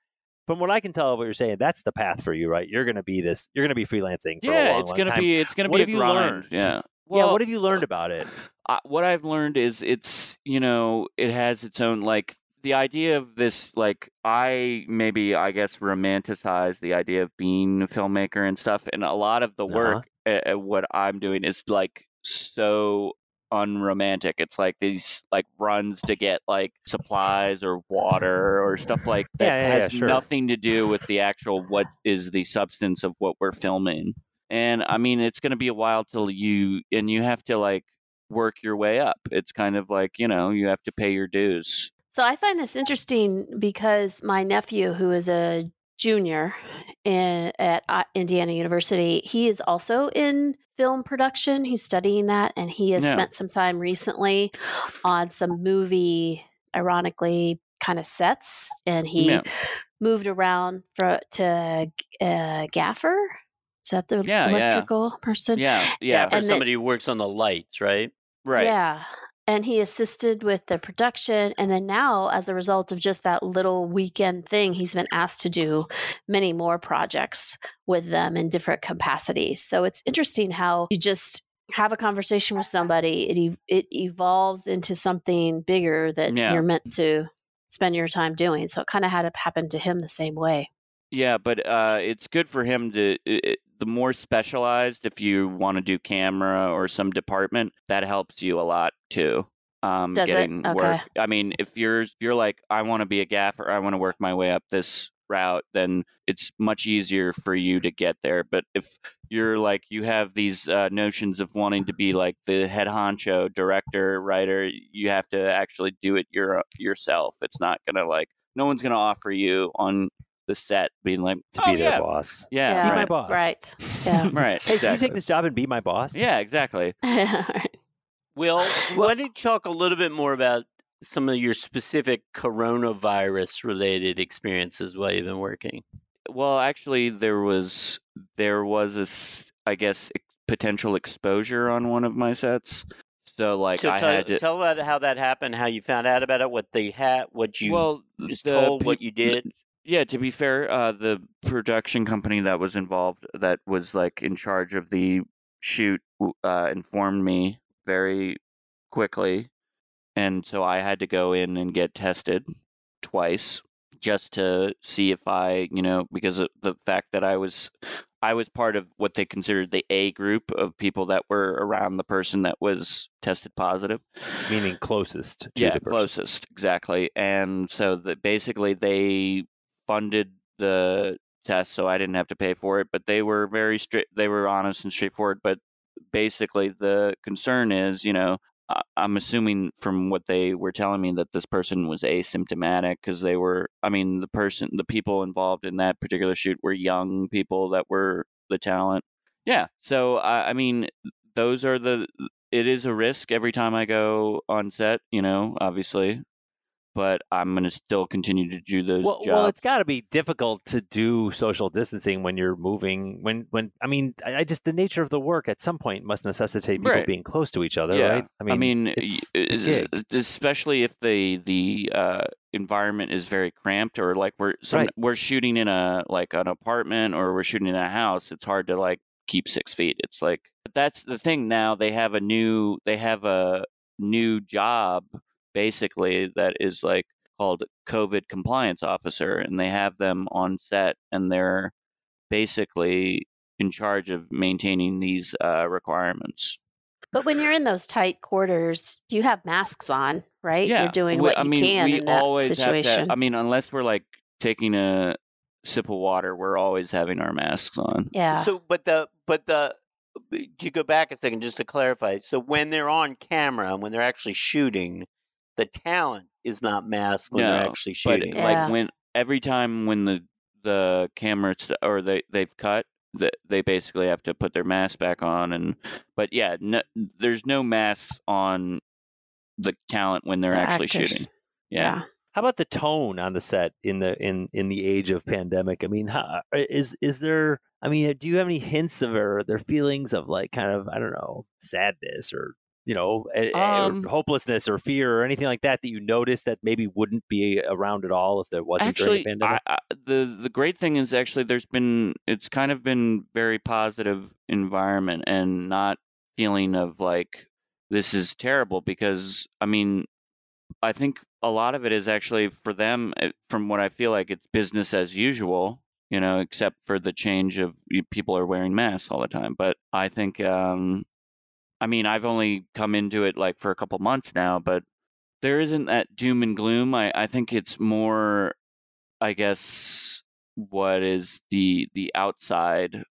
C: from what I can tell of what you're saying that's the path for you right you're gonna be this you're gonna be freelancing for a
E: yeah
C: long,
E: it's
C: long
E: gonna
C: time.
E: be it's gonna
C: What
E: be a
C: have you
E: grind
C: learned?
E: yeah
C: yeah, what have you learned about it?
E: I, what I've learned is it's you know it has its own like the idea of this like I maybe I guess romanticize the idea of being a filmmaker and stuff, and a lot of the
C: Uh-huh.
E: work uh, uh, what I'm doing is like so unromantic. It's like these like runs to get like supplies or water or stuff like that
C: Yeah, yeah, yeah,
E: has
C: sure.
E: nothing to do with the actual what is the substance of what we're filming. And I mean, it's going to be a while till you and you have to like work your way up. It's kind of like, you know, you have to pay your dues.
F: So I find this interesting because my nephew, who is a junior in, at uh, Indiana University, he is also in film production. He's studying that, and he has
E: Yeah.
F: spent some time recently on some movie, ironically, kind of sets, and he
E: Yeah.
F: moved around for, to uh, Gaffer. Is that the
E: Yeah, yeah.
F: electrical person?
E: Yeah.
B: yeah,
E: Yeah.
B: for
F: and that-
B: somebody who works on the lights, right?
E: right.
F: Yeah. And he assisted with the production. And then now, as a result of just that little weekend thing, he's been asked to do many more projects with them in different capacities. So it's interesting how you just have a conversation with somebody, it, e- it evolves into something bigger that
E: Yeah.
F: you're meant to spend your time doing. So it kind of had to happen to him the same way.
E: Yeah, but uh, it's good for him to. i i the more specialized, if you want to do camera or some department, that helps you a lot too. Um,
F: Does it?
E: getting work.
F: Okay.
E: I mean, if you're if you're like, I want to be a gaffer, I want to work my way up this route, then it's much easier for you to get there. But if you're like, you have these uh, notions of wanting to be like the head honcho, director, writer, you have to actually do it your uh, yourself. It's not gonna like no one's gonna offer you on the set being like
C: To
E: "Oh,
C: be their
E: yeah,
C: boss.
E: Yeah,
F: Yeah.
C: Be my
E: right.
C: boss.
F: Right. Yeah.
C: Hey,
E: Right,
C: can you
E: exactly.
C: take this job and be my boss?
E: Yeah, exactly.
B: Will, why don't you talk a little bit more about some of your specific coronavirus related experiences while you've been working?
E: Well, actually, there was there was a s- I guess ex- potential exposure on one of my sets. So like
B: so
E: I
B: tell,
E: had to
B: tell about how that happened, how you found out about it, what they had, what you
E: well
B: was
E: the
B: told,
E: peop-
B: what you did.
E: Yeah, to be fair, uh, the production company that was involved, that was like in charge of the shoot, w- uh, informed me very quickly, and so I had to go in and get tested twice just to see if I, you know, because of the fact that I was, I was part of what they considered the A group of people that were around the person that was tested positive
C: meaning closest. To
E: yeah
C: the person.
E: closest exactly and so the, basically they funded the test so i didn't have to pay for it but they were very straight they were honest and straightforward but basically the concern is you know I- i'm assuming from what they were telling me that this person was asymptomatic because they were i mean the person the people involved in that particular shoot were young people that were the talent yeah so i, I mean those are the it is a risk every time I go on set, you know, obviously. But I'm gonna still continue to do those
C: Well,
E: jobs.
C: well, it's got to be difficult to do social distancing when you're moving. When, when I mean, I, I just the nature of the work at some point must necessitate people
E: Right.
C: being close to each other,
E: Yeah.
C: right?
E: I mean, y-
C: it's the
E: es-
C: gig.
E: es- especially if the the uh, environment is very cramped, or like we're some,
C: Right.
E: we're shooting in a like an apartment, or we're shooting in a house. It's hard to like keep six feet. It's like but that's the thing now. They have a new they have a new job basically that is like called COVID compliance officer, and they have them on set, and they're basically in charge of maintaining these uh, requirements.
F: But when you're in those tight quarters, you have masks on, right?
E: Yeah,
F: You're doing
E: we-
F: what
E: I
F: you
E: mean,
F: can
E: we
F: in that
E: always have to-
F: situation.
E: I mean, unless we're like taking a sip of water, we're always having our masks on.
F: yeah.
B: So, but the but the to go back a second just to clarify. So when they're on camera and when they're actually shooting, the talent is not masked when they're
E: No,
B: actually
E: But
B: shooting.
F: Yeah.
E: like when every time when the the camera st- or they they've cut, the, they basically have to put their mask back on. And but yeah, no, there's no masks on the talent when they're
F: The
E: actually
F: actors.
E: shooting.
F: yeah.
C: How about the tone on the set in the in in the age of pandemic? I mean, how, is is there? I mean, uh, do you have any hints of or their feelings of like kind of I don't know sadness or you know eh, eh, or
E: Um,
C: hopelessness or fear or anything like that that you notice that maybe wouldn't be around at all if there wasn't
E: actually
C: during the pandemic?
E: I, I, the the great thing is actually there's been it's kind of been very positive environment and not feeling of like this is terrible because i mean i think a lot of it is actually for them eh, from what i feel like it's business as usual you know except for the change of y- people are wearing masks all the time but i think um i mean i've only come into it like for a couple months now but there isn't that doom and gloom i i think it's more I guess what is the the outside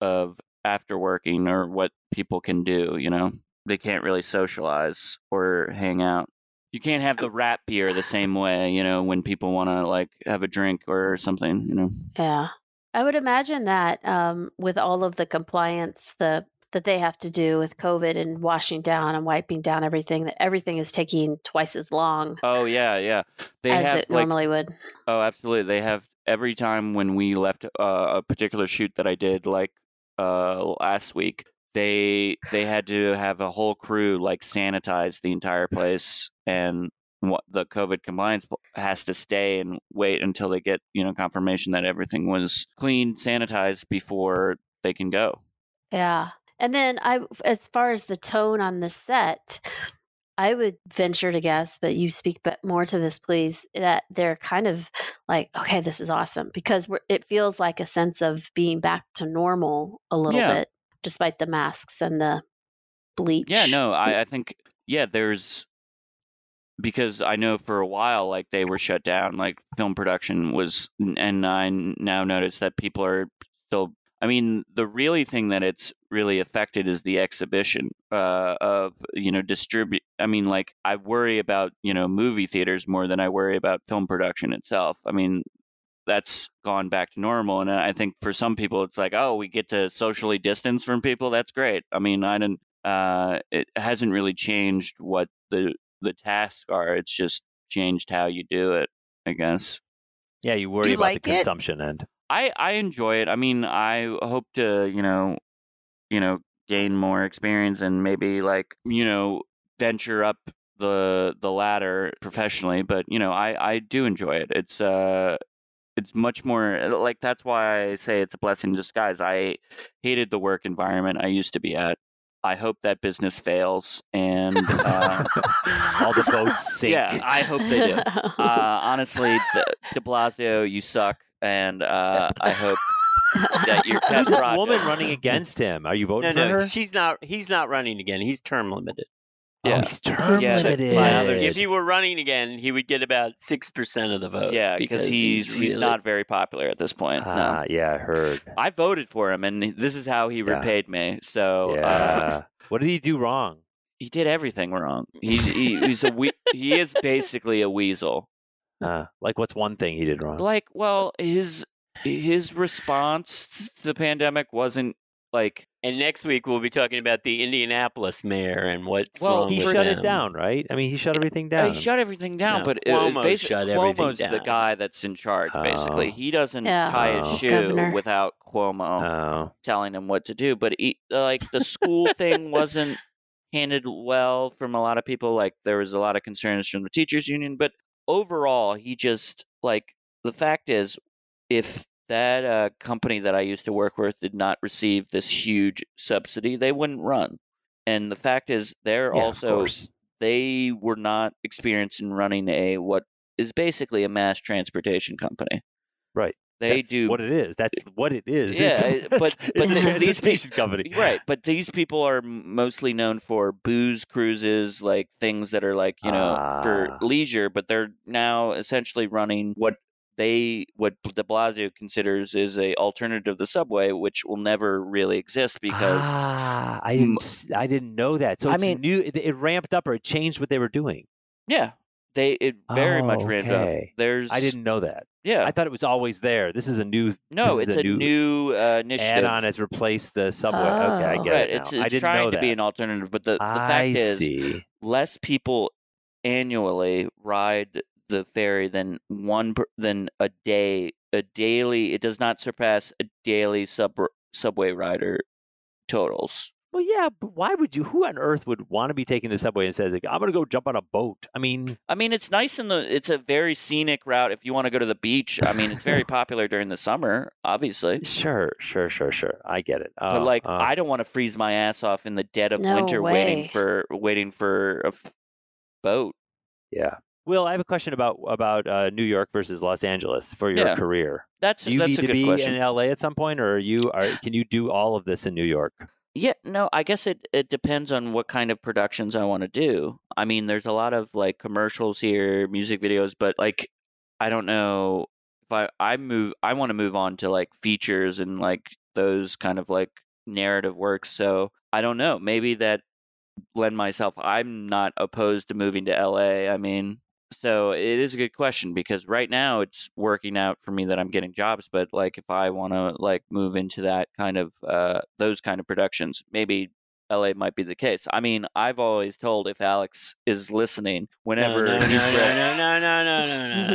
E: of after working or what people can do, you know? They can't really socialize or hang out. You can't have the rap beer the same way, you know, when people want to like have a drink or something, you know.
F: Yeah. I would imagine that um, with all of the compliance the that they have to do with COVID and washing down and wiping down everything, that everything is taking twice as long
E: Oh yeah, yeah. They
F: as
E: have
F: it
E: like
F: normally would.
E: Oh, absolutely. They have every time when we left uh, a particular shoot that I did like uh, last week, they they had to have a whole crew like sanitize the entire place and what the COVID compliance po- has to stay and wait until they get, you know, confirmation that everything was clean, sanitized before they can go.
F: Yeah. And then I as far as the tone on the set, I would venture to guess, but you speak but more to this please, that they're kind of like, okay, this is awesome because we're, it feels like a sense of being back to normal a little
E: Yeah.
F: bit despite the masks and the bleach.
E: Yeah, no, I, I think yeah, there's because I know for a while like they were shut down, like film production was, and I now notice that people are still. I mean, the really thing that it's really affected is the exhibition uh, of you know distribute. I mean, like I worry about you know movie theaters more than I worry about film production itself. I mean, that's gone back to normal. And I think for some people, it's like, oh, we get to socially distance from people. That's great. I mean, I didn't. Uh, it hasn't really changed what the the tasks are. It's just changed how you do it. I guess.
C: yeah, you worry
D: you
C: about
D: like
C: the
D: it?
C: consumption end.
E: I I enjoy it. I mean, I hope to you know, you know, gain more experience and maybe like you know venture up the the ladder professionally but you know i i do enjoy it it's uh it's much more uh, like that's why i say it's a blessing in disguise i hated the work environment i used to be at i hope that business fails and uh,
C: All the boats sink.
E: yeah i hope they do uh, honestly th- de blasio you suck and uh, i hope that your
C: Who's
E: pet
C: this
E: project-
C: woman running against him? Are you
B: No,
C: voting for
B: no,
C: her?
B: she's not. He's not running again. He's term limited.
C: Oh,
E: yeah.
C: he's term
E: Yeah, so
C: limited.
E: my other-
B: If he were running again, he would get about six percent of the vote.
E: yeah because he's he's,
B: really-
E: not very popular at this point no.
C: Ah, yeah, I heard.
E: I voted for him, and this is how he
C: Yeah.
E: repaid me. So uh,
C: Yeah. what did he do wrong?
E: he did everything wrong. He's he, he's a we- he is basically a weasel.
C: Uh, like, what's one thing he did wrong?
E: Like, well, his his response to the pandemic wasn't like
B: And next week we'll be talking about the Indianapolis mayor and what's
E: Well,
B: wrong
C: He
B: with
C: shut
B: him.
C: it down, right? I mean, he shut everything
E: uh,
C: down.
E: he shut everything down,
B: No,
E: but it was
B: Cuomo
E: basi-
B: shut everything
E: Cuomo's the
B: down.
E: guy that's in charge. Basically,
C: Oh.
E: he doesn't
F: Yeah.
E: tie his
C: Oh.
E: shoe
F: Governor.
E: without Cuomo
C: Oh,
E: telling him what to do. But he, like the school thing wasn't handled well from a lot of people. Like there was a lot of concerns from the teachers union. But overall, he just like the fact is, if that uh, company that I used to work with did not receive this huge subsidy, they wouldn't run. And the fact is, they're
C: yeah, of
E: also
C: course.
E: they were not experienced in running a what is basically a mass transportation company.
C: Right.
E: They
C: That's
E: do
C: what it is. That's what it is.
E: Yeah,
C: it's,
E: I- but-
C: it's
E: but
C: a
E: these pe-
C: transportation company.
E: Right, but these people are m- mostly known for booze cruises, like things that are like you know for
C: Ah.
E: leisure. But they're now essentially running what they what De Blasio considers is a alternative to the subway, which will never really exist because
C: ah, I
E: m-
C: didn't, s- I didn't know that. So
E: I
C: it's
E: mean-
C: new. It, it ramped up or it changed what they were doing.
E: yeah, they it very much
C: Oh,
E: ramped up.
C: okay.
E: There's
C: I didn't know that.
E: yeah
C: I thought it was always there. This is a new
E: no,
C: this
E: it's
C: is
E: a, new, uh, initiative.
C: add-on has replaced the subway. Okay, I
F: Oh.
C: get it.
E: right,
C: Now.
E: it's,
C: I
E: it's
C: didn't
E: trying
C: know
E: to be
C: that.
E: an alternative, but the, the
C: I
E: fact is
C: see.
E: less people annually ride the ferry than one per, than a day a daily it does not surpass a daily sub subway rider totals
C: Well, yeah, but why would you? Who on earth would want to be taking the subway and says, like, "I'm going to go jump on a boat"? I mean,
E: i mean it's nice in the it's a very scenic route if you want to go to the beach i mean it's very popular during the summer obviously
C: sure, sure, sure, sure. I get it.
E: but
C: Uh,
E: like
C: uh,
E: i don't want to freeze my ass off in the dead of
F: No
E: winter
F: way.
E: waiting for waiting for a f- boat
C: yeah. Will, I have a question about about uh, New York versus Los Angeles for your
E: Yeah.
C: career.
E: that's
C: Do you
E: that's
C: need
E: a
C: to
E: good
C: be
E: question
C: in LA at some point, or are you are can you do all of this in New York?
E: Yeah, no, I guess it, it depends on what kind of productions I want to do. I mean, there's a lot of like commercials here, music videos, but like I don't know if I I move I want to move on to like features and like those kind of like narrative works. So, I don't know. Maybe that lend myself. I'm not opposed to moving to LA. I mean, so it is a good question because right now it's working out for me that I'm getting jobs, but like if I want to like move into that kind of uh those kind of productions, maybe LA might be the case. I mean, I've always told if Alex is listening, whenever
B: No, no, no,
E: he's re-
B: no, no, no, no, no, no,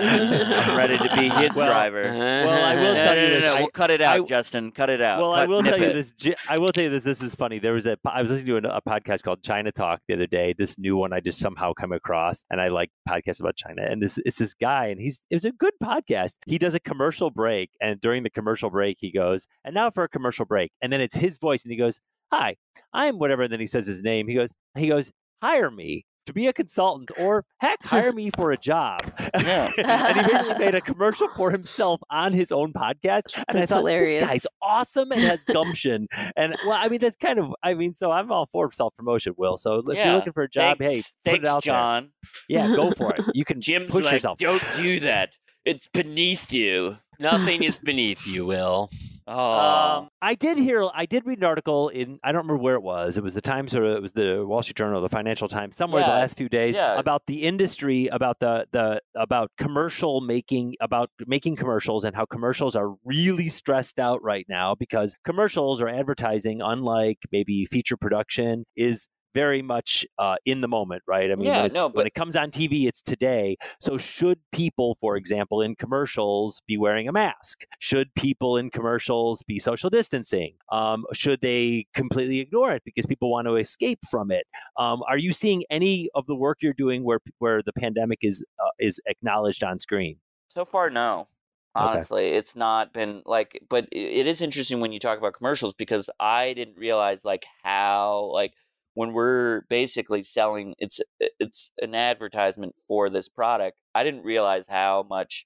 B: no.
E: I'm ready to be his
C: Well, uh-huh.
E: driver.
C: well, I will
E: No,
C: tell
E: no,
C: you
E: no,
C: this,
E: no,
C: I-
E: we'll cut it out,
C: I-
E: Justin. Cut it out.
C: Well, I
E: Cut-
C: will
E: nip
C: tell you
E: it.
C: this. Ji- I will tell you this. This is funny. There was a. I was listening to an- a podcast called China Talk the other day. This new one I just somehow come across, and I like podcasts about China. And this it's this guy, and he's it was a good podcast. He does a commercial break, and during the commercial break, he goes, "And now for a commercial break," and then it's his voice, and he goes, "Hi, I'm whatever." And then he says his name. He goes, he goes, "Hire me." To be a consultant, or heck, hire me for a job.
E: Yeah.
C: and he basically made a commercial for himself on his own podcast. And I
F: That's
C: thought this
F: hilarious.
C: guy's awesome and has gumption. and well, I mean, that's kind of, I mean, so I'm all for self promotion, Will. So if
E: Yeah.
C: you're looking for a job,
E: thanks,
C: hey, put
E: thanks,
C: it out
E: John.
C: there. Yeah, go for it. You can
E: Jim's
C: push
E: like,
C: yourself.
E: don't do that. It's beneath you.
B: Nothing is beneath you, Will.
E: Oh,
B: Um,
C: I did hear, I did read an article in, I don't remember where it was. It was the Times or it was the Wall Street Journal, the Financial Times, somewhere the
E: Yeah,
C: last few days
E: yeah.
C: about the industry, about the, the, about commercial making, about making commercials and how commercials are really stressed out right now because commercials or advertising, unlike maybe feature production, is very much uh, in the moment, right? I mean,
E: Yeah,
C: when, it's-
E: no,
C: when
E: but-
C: it comes on TV, it's today. So, should people, for example, in commercials be wearing a mask? Should people in commercials be social distancing? Um, should they completely ignore it because people want to escape from it? Um, are you seeing any of the work you're doing where where the pandemic is uh, is acknowledged on screen?
E: So far, no.
C: Okay.
E: Honestly, it's not been like, but i- it is interesting when you talk about commercials because I didn't realize like how like when we're basically selling it's it's an advertisement for this product. I didn't realize how much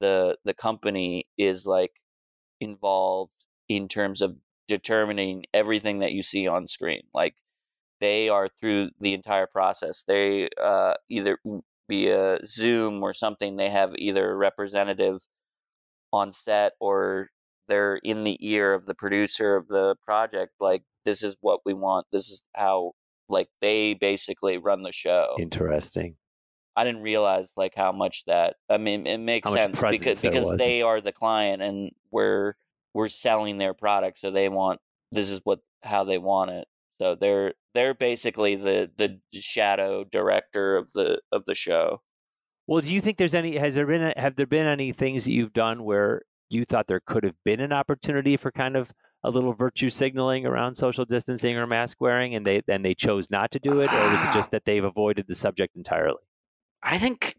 E: the the company is like involved in terms of determining everything that you see on screen. Like they are through the entire process. They uh, either w- via Zoom or something, they have either a representative on set or they're in the ear of the producer of the project. Like, this is what we want. This is how, like, they basically run the show.
C: Interesting.
E: I didn't realize like how much that. I mean, it makes
C: How much
E: sense because
C: presence there
E: because
C: was.
E: they are the client and we're we're selling their product, so they want this is what how they want it. So they're they're basically the the shadow director of the of the show.
C: Well, do you think there's any? Has there been? Have there been any things that you've done where you thought there could have been an opportunity for kind of a little virtue signaling around social distancing or mask wearing, and they and they chose not to do it, or was it just that they've avoided the subject entirely?
E: I think,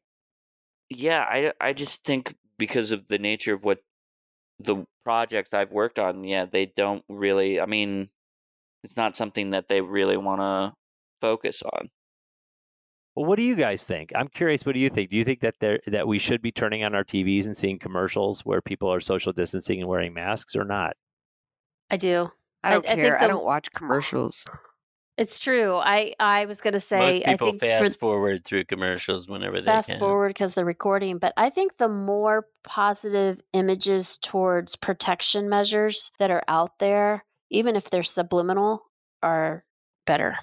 E: yeah, I I just think because of the nature of what the projects I've worked on, yeah, they don't really. I mean, it's not something that they really want to focus on.
C: Well, what do you guys think? I'm curious. What do you think? Do you think that there that we should be turning on our TVs and seeing commercials where people are social distancing and wearing masks or not?
F: I do.
D: I
F: I-
D: don't
F: I think
D: care. I
F: the-
D: don't watch commercials.
F: It's true. I I was going to say
B: Most
F: I
B: people
F: think for
B: fast forward through commercials whenever they
F: fast
B: can.
F: forward because the recording but i think the more positive images towards protection measures that are out there even if they're subliminal are better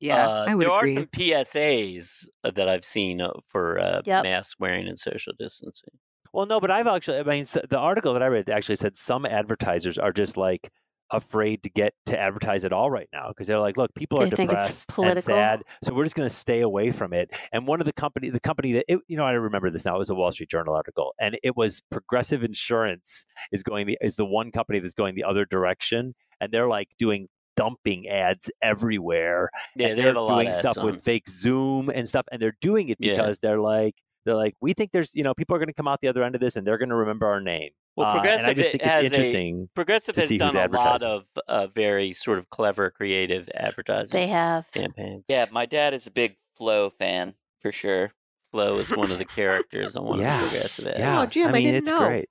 D: Yeah,
B: Uh,
D: I would
B: there
D: agree.
B: are some PSAs that I've seen uh, for uh,
F: Yep.
B: mask wearing and social distancing.
C: Well, no, but I've actually, I mean, s- the article that I read actually said some advertisers are just like afraid to get to advertise at all right now because they're like, look, people are
F: They think it's
C: depressed and
F: political.
C: sad, so we're just going to stay away from it. And one of the company, the company that, it, you know, I remember this now, it was a Wall Street Journal article, and it was Progressive Insurance is going the is the one company that's going the other direction, and they're like doing dumping ads everywhere
B: Yeah,
C: and
B: they
C: they're
B: have a lot
C: doing
B: of um,
C: stuff with fake Zoom and stuff, and they're doing it
B: Yeah.
C: because they're like they're like we think there's you know people are going to come out the other end of this and they're going to remember our name.
B: Well,
C: Uh,
B: Progressive
C: and I just think
B: has
C: it's
B: a-
C: interesting.
B: Progressive
C: to
B: has
C: see who's
B: done a lot
C: advertising.
B: of uh, very sort of clever, creative advertising
F: they have
B: campaigns.
E: Yeah, my dad is a big Flo fan for sure.
B: Flo is one of the characters on one
C: Yeah.
B: of the Progressive ads.
C: yeah,
D: Oh, Jim,
C: I
D: I
C: mean
D: didn't
C: it's
D: know.
C: great.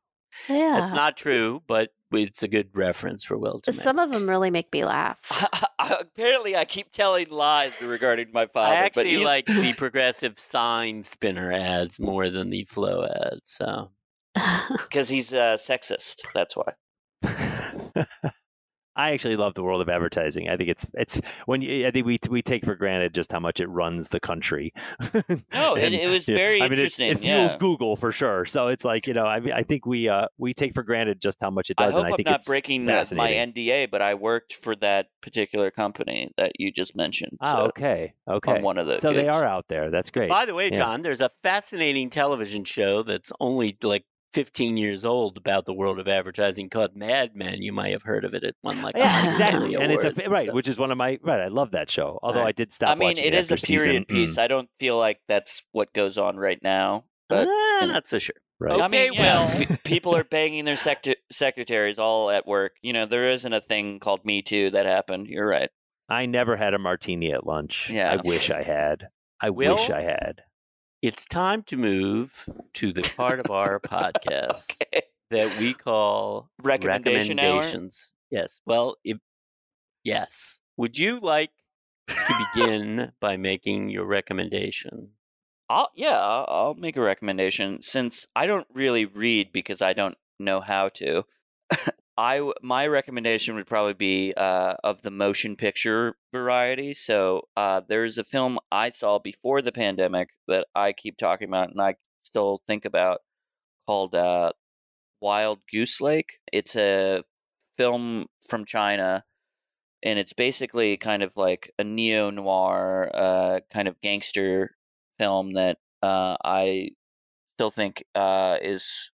F: yeah
B: It's not true, but it's a good reference for Will to make.
F: some of them really make me laugh
E: Apparently, I keep telling lies regarding my father.
B: I
E: but
B: actually
E: he's-
B: like the Progressive sign spinner ads more than the Flo ads. So
E: because he's uh, sexist. That's why.
C: I actually love the world of advertising. I think it's it's when you, I think we we take for granted just how much it runs the country.
E: No, it-
C: And,
E: it was
C: you know,
E: very
C: I mean, it-
E: interesting,
C: It, fuels
E: yeah.
C: Google for sure. So it's like you know, I mean, I think we uh we take for granted just how much it
E: I
C: does.
E: hope
C: and I
E: am
C: think
E: not
C: it's
E: breaking uh, my
C: fascinating.
E: NDA, but I worked for that particular company that you just mentioned.
C: Oh,
E: so,
C: okay, okay.
E: On one of those.
C: So they
E: gigs.
C: are out there. That's great.
B: by the way,
C: Yeah.
B: John, there's a fascinating television show that's only like 15 years old about the world of advertising called Mad Men. You might have heard of it. It won like a
C: Yeah,
B: Huckleberry
C: exactly. And it's a
B: Award
C: fa- right,
B: stuff.
C: which is one of my right. I love that show. Although
B: Right.
C: I did stop.
E: I mean,
C: watching
E: it is a
C: after season-
E: period
C: mm,
E: piece. I don't feel like that's what goes on right now. But
C: Uh,
B: Ah,
E: and-
B: not so sure.
C: right.
E: I
B: Okay,
E: mean, yeah,
B: Will.
E: pe- people are banging their secta secretaries all at work. You know, there isn't a thing called Me Too that happened. You're right.
C: I never had a martini at lunch.
E: Yeah.
C: I wish I had. I wish
B: Will?
C: I had.
B: It's time to move to the part of our podcast
E: Okay.
B: that we call
E: Recommendation hour?
B: recommendations. Yes. Well, if, yes. Would you like to begin by making your recommendation?
E: I'll, yeah, I'll, I'll make a recommendation since I don't really read because I don't know how to. I w- my recommendation would probably be uh, of the motion picture variety. So uh, there's a film I saw before the pandemic that I keep talking about and I still think about called uh, Wild Goose Lake. It's a film from China and it's basically kind of like a neo noir uh, kind of gangster film that uh, I still think uh, is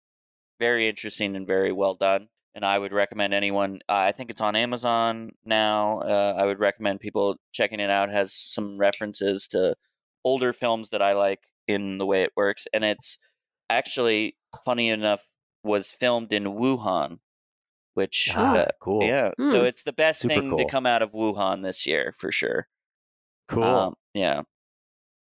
E: very interesting and very well done. And I would recommend anyone. Uh, I think it's on Amazon now. Uh, I would recommend people checking it out. It has some references to older films that I like in the way it works, and it's actually funny enough was filmed in Wuhan, which uh,
C: Ah, cool.
E: yeah.
F: Hmm.
E: So it's the best
C: Super
E: thing to
C: cool.
E: come out of Wuhan this year for sure.
C: Cool.
E: Um, yeah.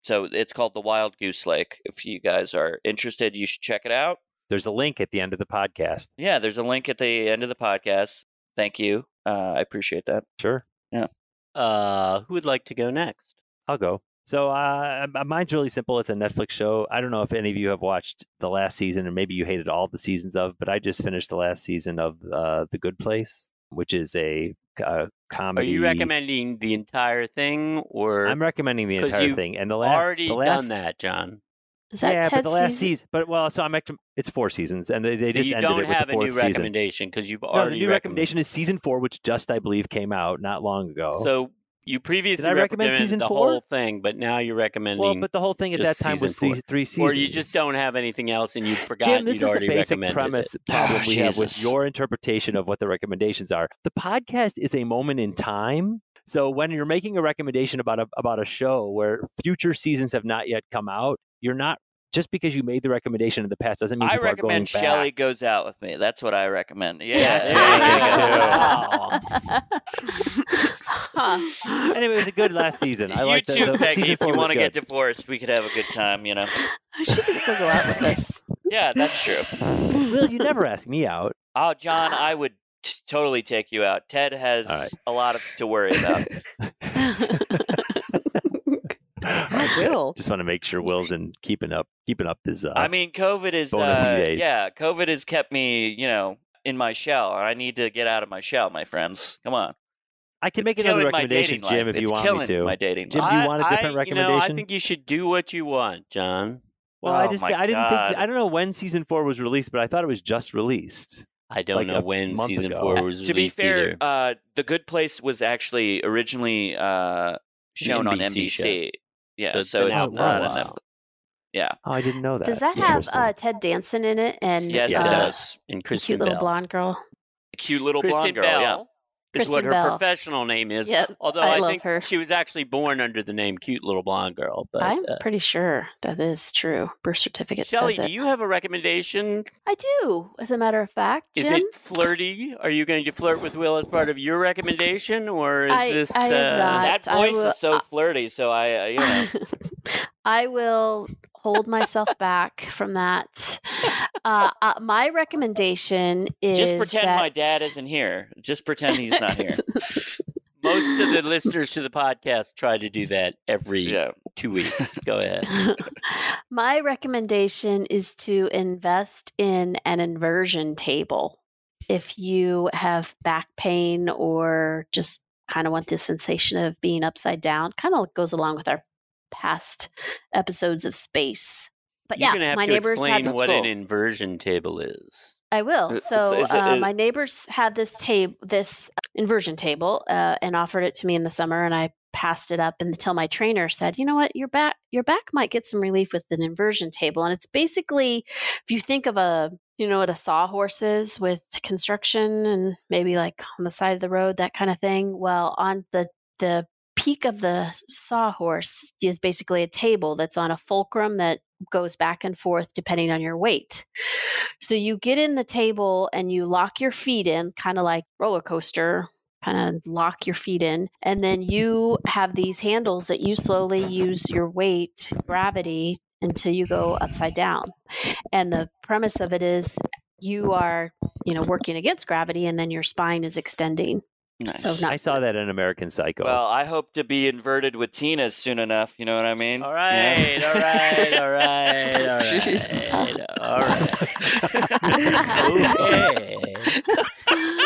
E: So it's called the Wild Goose Lake. If you guys are interested, you should check it out.
C: There's a link at the end of the podcast.
E: Yeah, there's a link at the end of the podcast. Thank you. Uh, I appreciate that.
C: Sure.
B: Uh, who would like to go next?
C: I'll go. So uh, m- mine's really simple. It's a Netflix show. I don't know if any of you have watched the last season, or maybe you hated all the seasons of, but I just finished the last season of uh, The Good Place, which is a, uh
B: Are
C: comedy.
B: you recommending the entire thing, or
C: I'm recommending the
B: 'Cause
C: entire
B: you've
C: thing, and the last
B: already
C: the last,
B: done that, John?
F: Is that
C: yeah,
F: Ted's
C: but the last
F: season?
C: season, but well, so I'm actually, it's four seasons, and they, they just
B: you
C: ended
B: don't
C: it with
B: have a
C: the fourth
B: new
C: season.
B: recommendation because you've
C: No,
B: already
C: the new recommendation is season four, which just I believe came out not long ago.
B: So you previously
C: recommend
B: recommended
C: season
B: the
C: four?
B: whole thing, but now you're recommending,
C: well, but the whole thing at that
B: just
C: time was
B: season four.
C: three three seasons,
B: or you just don't have anything else and you've forgotten
C: Jim, this
B: you'd
C: is the
B: already
C: basic
B: recommended
C: premise
B: it.
C: problem
E: Oh,
C: we have with
E: Jesus.
C: your interpretation of what the recommendations are. The podcast is a moment in time. So when you're making a recommendation about a, about a show where future seasons have not yet come out, you're not just because you made the recommendation in the past doesn't mean
E: I
C: people are going
E: recommend
C: back.
E: Shelly goes out with me. That's what I recommend. Yeah,
B: That's
E: there
B: what
E: you
B: I
E: go.
F: Huh.
C: Anyway, it was a good last season. I
E: you
C: like
E: too,
C: the, the
E: Peggy.
C: season
E: If
C: four
E: you
C: was
E: want to get
C: good.
E: divorced, we could have a good time. You know.
F: she can still go out with us.
E: Yeah, that's true.
C: Will, you never ask me out.
E: Oh, John, I would t- totally take you out. Ted has
C: All right.
E: a lot of, to worry about.
D: I will.
C: Just want to make sure Will's in keeping up, keeping up his. Uh,
E: I mean, COVID is
C: Bona
E: uh,
C: fides.
E: yeah, COVID has kept me, you know, in my shell. I need to get out of my shell, my friends. Come on,
C: I can
E: It's
C: make another
E: killing my
C: recommendation,
E: dating life.
C: Jim, if you
E: It's
C: want
E: killing
C: me to.
E: My dating
C: Jim,
E: life.
C: do you
B: I-
C: want a different
B: I, You know, I
C: recommendation?
B: think you should do what you want, John.
C: Well, I
E: Oh
C: just
E: my
C: I didn't
E: God.
C: think I don't know when season four was released, but I thought it was just released.
B: I don't
C: Like
B: know
C: a
B: when
C: month
B: season
C: ago.
B: four was
E: to be
B: released
E: fair,
B: either.
E: uh, the Good Place was actually originally uh, shown on
B: NBC
E: NBC.
B: show.
E: Yeah,
B: So
E: so,
B: it's been
E: it's
C: out for a
E: not a
C: while.
E: Netflix. Yeah,
C: Oh, I didn't know that.
F: Does that have
C: Interesting.
F: uh, Ted Danson in it? And
E: yes,
C: Yeah.
E: it
F: uh,
E: does.
B: and
F: the
B: Kristen
F: cute little
B: Bell.
F: blonde girl.
E: Cute little
B: Kristen
E: blonde girl.
B: Bell
E: Yeah,
B: is what
F: Kristen
B: her
F: Bell.
B: professional name is.
F: Yes,
B: Although
F: I
B: I,
F: love
B: think
F: her.
B: she was actually born under the name Cute Little Blonde Girl. But
F: I'm
B: uh,
F: pretty sure that is true. Birth certificate
B: Shelley,
F: says
B: do
F: it.
B: you have a recommendation?
F: I do, as a matter of fact,
B: Is
F: Jim.
B: it flirty? Are you going to flirt with Will as part of your recommendation, or is
F: I-
B: this? uh,
F: I have not.
E: that
F: I
E: voice
F: will-
E: is so flirty. So I, uh, you know.
F: I will hold myself back from that. Uh, uh, my recommendation is
E: Just pretend
F: that...
E: my dad isn't here. Just pretend he's not here.
B: Most of the listeners to the podcast try to do that every
E: yeah.
B: two weeks. Go ahead.
F: my recommendation is to invest in an inversion table if you have back pain or just kind of want the sensation of being upside down kind of goes along with our past episodes of space but
B: You're
F: yeah
B: going to have
F: my
B: to
F: neighbors
B: explain
F: had
B: what
E: That's
B: an
E: cool.
B: inversion table is.
F: I will.
E: Is-
F: So
E: is it-
F: uh,
E: is-
F: my neighbors had this table, this uh, inversion table, uh, and offered it to me in the summer, and I passed it up until my trainer said, "You know what? Your back, your back might get some relief with an inversion table." And it's basically, if you think of a, you know, what a sawhorse is with construction and maybe like on the side of the road, that kind of thing. Well, on the the peak of the sawhorse is basically a table that's on a fulcrum that goes back and forth depending on your weight. So you get in the table and you lock your feet in, kind of like roller coaster, kind of lock your feet in. And then you have these handles that you slowly use your weight, gravity, until you go upside down. And the premise of it is you are, you know, working against gravity and then your spine is extending.
E: Nice.
F: So not
C: I saw that in American Psycho.
E: Well, I hope to be inverted with Tina soon enough. You know what I mean?
B: All right, all right, all right, all right,
D: Jesus.
B: all right. Okay.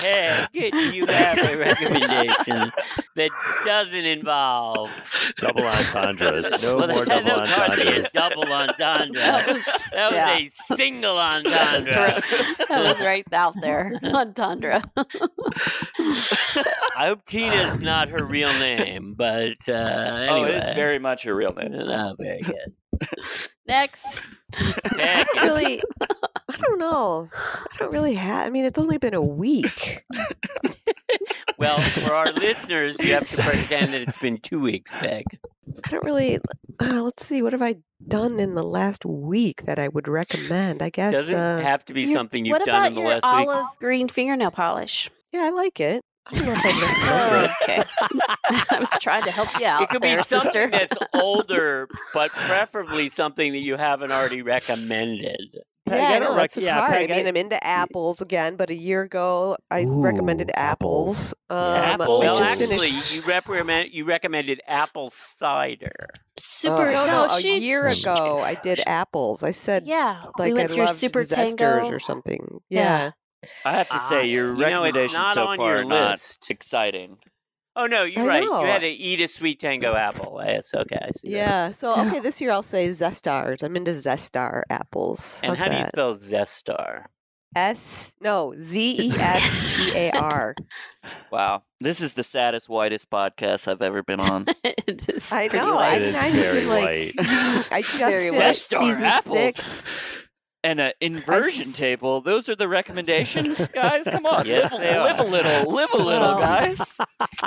B: Hey, could you have a recommendation that doesn't involve
C: double entendres. No
B: Well,
C: more
B: that
C: double
B: was hardly a
C: entendres.
B: double entendre.
F: That
B: That
F: was-
B: was,
F: yeah.
B: a single
F: That was
B: entendre.
F: right- that was right out there on Tundra.
B: I hope Tina's not her real name, but uh, anyway.
E: Oh, it is very much her real name.
B: No, very good.
F: Next.
B: Heck,
D: I really, I don't know. I don't really have. I mean, it's only been a week.
B: well, for our listeners, you have to pretend that it's been two weeks, Peg.
D: I don't really. Uh, let's see. What have I done in the last week that I would recommend? I guess.
B: Doesn't
D: uh,
B: have to be
F: Your-
B: something
F: what
B: you've
F: about
B: done in the
F: your
B: last week.
F: olive green fingernail polish?
D: yeah, I like it. I don't know if I'd recommend it.
F: okay. I was trying to help you out.
B: It could
F: there,
B: be something
F: sister.
B: that's older, but preferably something that you haven't already recommended.
C: Peg,
D: yeah,
C: I
D: I
C: don't
D: know,
C: rec-
D: that's what's
C: yeah,
D: hard.
C: Peg,
D: I mean,
C: I-
D: I, am into apples again, but a year ago I
C: Ooh,
D: recommended apples. Um,
C: Apples?
D: we
B: Well,
D: just
B: actually,
D: finished-
B: you recommend you recommended apple cider.
F: super.
D: Oh, no,
F: Oh, no,
D: no, a
F: she-
D: year
F: she-
D: ago I did apples. I said
F: Yeah,
D: like
F: we went
D: I
F: through
D: loved
F: super
D: zesters
F: tango.
D: or something.
F: Yeah.
D: Yeah.
E: I have to
B: Ah,
E: say, your
B: you know, it's
E: recommendations
B: not
E: so
B: on
E: far
B: your
E: are not
B: list.
E: exciting.
B: Oh no, you're
D: I
B: right.
D: know.
B: You had to eat a sweet tango apple. That's okay. I see. that.
D: Yeah. So
F: Yeah.
D: okay, this year I'll say zestars. I'm into zestar apples.
B: And
D: How's
B: how
D: that?
B: do you spell zestar?
D: S no Z E S T A R.
E: Wow, this is the saddest, whitest podcast I've ever been on.
F: It is
D: I
F: pretty
D: know, I
F: light.
C: It is
D: mean, I just
C: very
D: did, like-
C: light.
D: I just
F: Very
D: finished
E: well. Zestar
D: season
E: apples.
D: six.
E: and an inversion
D: s-
E: table. Those are the recommendations, guys. Come on,
B: Yes,
E: live,
B: they
E: live
B: are.
E: a little, live a little,
F: Well,
E: guys.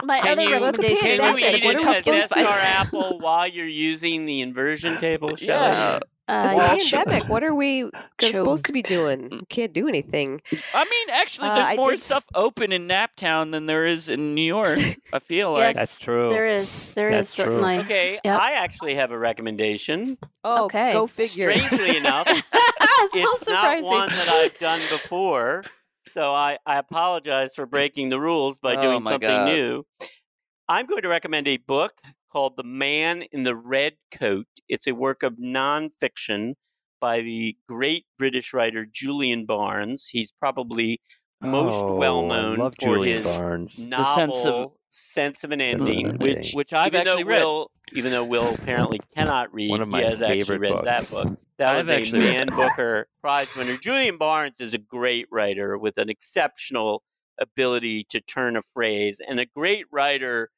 F: My
B: Can
F: other
B: you-
D: Well, it's a
F: recommendation
B: Can
D: pig. That's
B: you
D: it.
B: eat
D: What
B: an
D: do we
B: zestar
D: pumpkin spice?
B: apple while you're using the inversion table? Shall
E: Yeah.
F: Uh,
D: It's
E: Well,
D: a pandemic. What are we g-
F: Chug.
D: supposed to be doing? We can't do anything.
E: I mean, actually,
D: Uh,
E: there's
D: I
E: more
D: did-
E: stuff open in Naptown than there is in New York. I feel
F: Yes.
E: like
C: That's true.
F: There is, there
C: That's
F: is
C: true.
F: certainly.
B: we? Okay,
F: Yep.
B: I actually have a recommendation.
D: Oh,
F: Okay.
D: go figure.
B: Strangely enough,
F: it's
B: it's not one that I've done before. So I, I apologize for breaking the rules by
E: Oh
B: doing
E: my
B: something
E: God.
B: new. I'm going to recommend a book called The Man in the Red Coat. It's a work of nonfiction by the great British writer Julian Barnes. He's probably most
C: Oh,
B: well
C: I
B: known
C: love
B: for
C: Julian
B: his
C: Barnes.
B: novel
E: sense of-
B: Sense of an
C: Sense of
B: Ending,
C: an
B: which
E: which I've
B: even though
E: actually read.
B: Will, even though Will apparently cannot read,
C: One of my
B: he has actually
C: favorite
B: read
C: books.
B: that book. That
E: I've
B: was a
E: actually read
B: Man Booker Prize winner. Julian Barnes is a great writer with an exceptional ability to turn a phrase and a great writer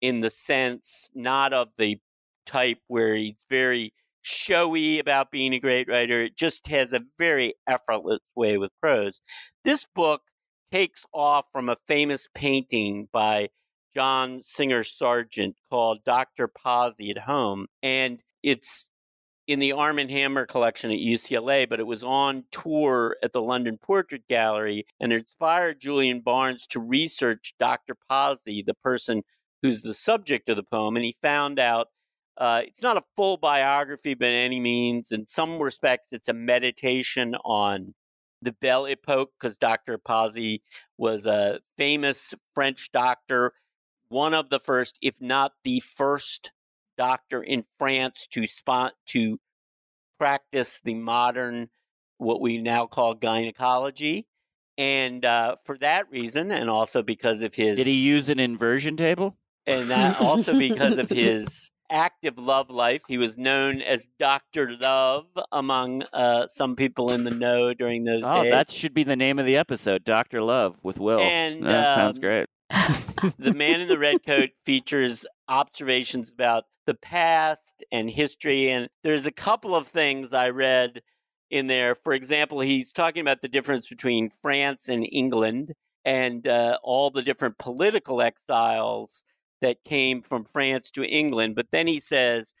B: in the sense not of the type where he's very showy about being a great writer. It just has a very effortless way with prose. This book takes off from a famous painting by John Singer Sargent called Dr. Posy at Home. And it's in the Arm and Hammer collection at UCLA, but it was on tour at the London Portrait Gallery and inspired Julian Barnes to research Dr. Posy, the person who's the subject of the poem. And he found out uh, it's not a full biography by any means. In some respects, it's a meditation on the Belle Epoque because Dr. Posy was a famous French doctor, one of the first, if not the first doctor in France to spot to practice the modern what we now call gynecology. And uh, for that reason, and also because of his
E: Did he use an inversion table?
B: and that also because of his active love life. He was known as Doctor Love among uh, some people in the know during those
E: Oh,
B: days.
E: that should be the name of the episode, Doctor Love with Will.
B: And,
E: that sounds
B: um,
E: great.
B: the Man in the Red Coat features observations about the past and history. And there's a couple of things I read in there. For example, he's talking about the difference between France and England and uh, all the different political exiles that came from France to England. But then he says,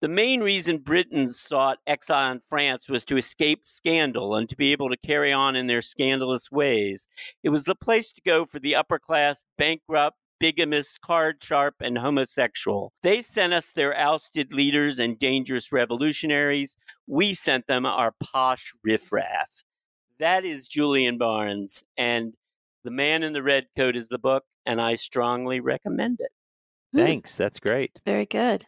B: the main reason Britons sought exile in France was to escape scandal and to be able to carry on in their scandalous ways. It was the place to go for the upper class, bankrupt, bigamous, card sharp, and homosexual. They sent us their ousted leaders and dangerous revolutionaries. We sent them our posh riffraff. That is Julian Barnes, and The Man in the Red Coat is the book, and I strongly recommend it.
F: Hmm.
C: Thanks. That's great.
F: Very good.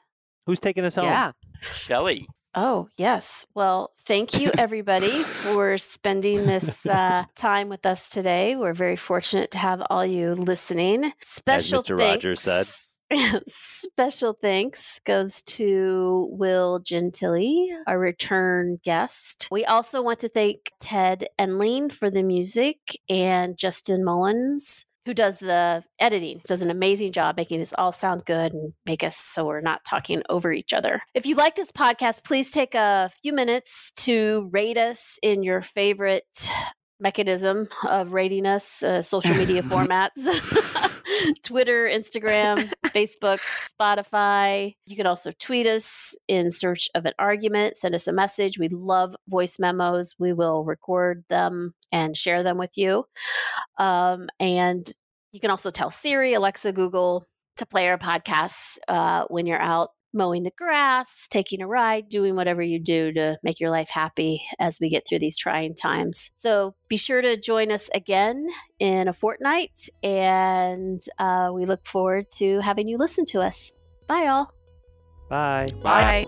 C: Who's taking us home?
D: Yeah.
B: Shelley.
F: Oh, yes. Well, thank you, everybody, for spending this uh, time with us today. We're very fortunate to have all you listening. Special
C: Mr. Rogers said.
F: thanks- Special thanks goes to Will Gentili, our return guest. We also want to thank Ted Enline for the music and Justin Mullins, who does the editing, does an amazing job making us all sound good and make us so we're not talking over each other. If you like this podcast, please take a few minutes to rate us in your favorite mechanism of rating us, uh, social media formats. Twitter, Instagram, Facebook, Spotify. You can also tweet us in search of an argument, send us a message. We love voice memos. We will record them and share them with you. Um, and you can also tell Siri, Alexa, Google to play our podcasts uh, when you're out mowing the grass, taking a ride, doing whatever you do to make your life happy as we get through these trying times. So be sure to join us again in a fortnight, and uh, we look forward to having you listen to us. Bye, all.
C: Bye.
D: Bye.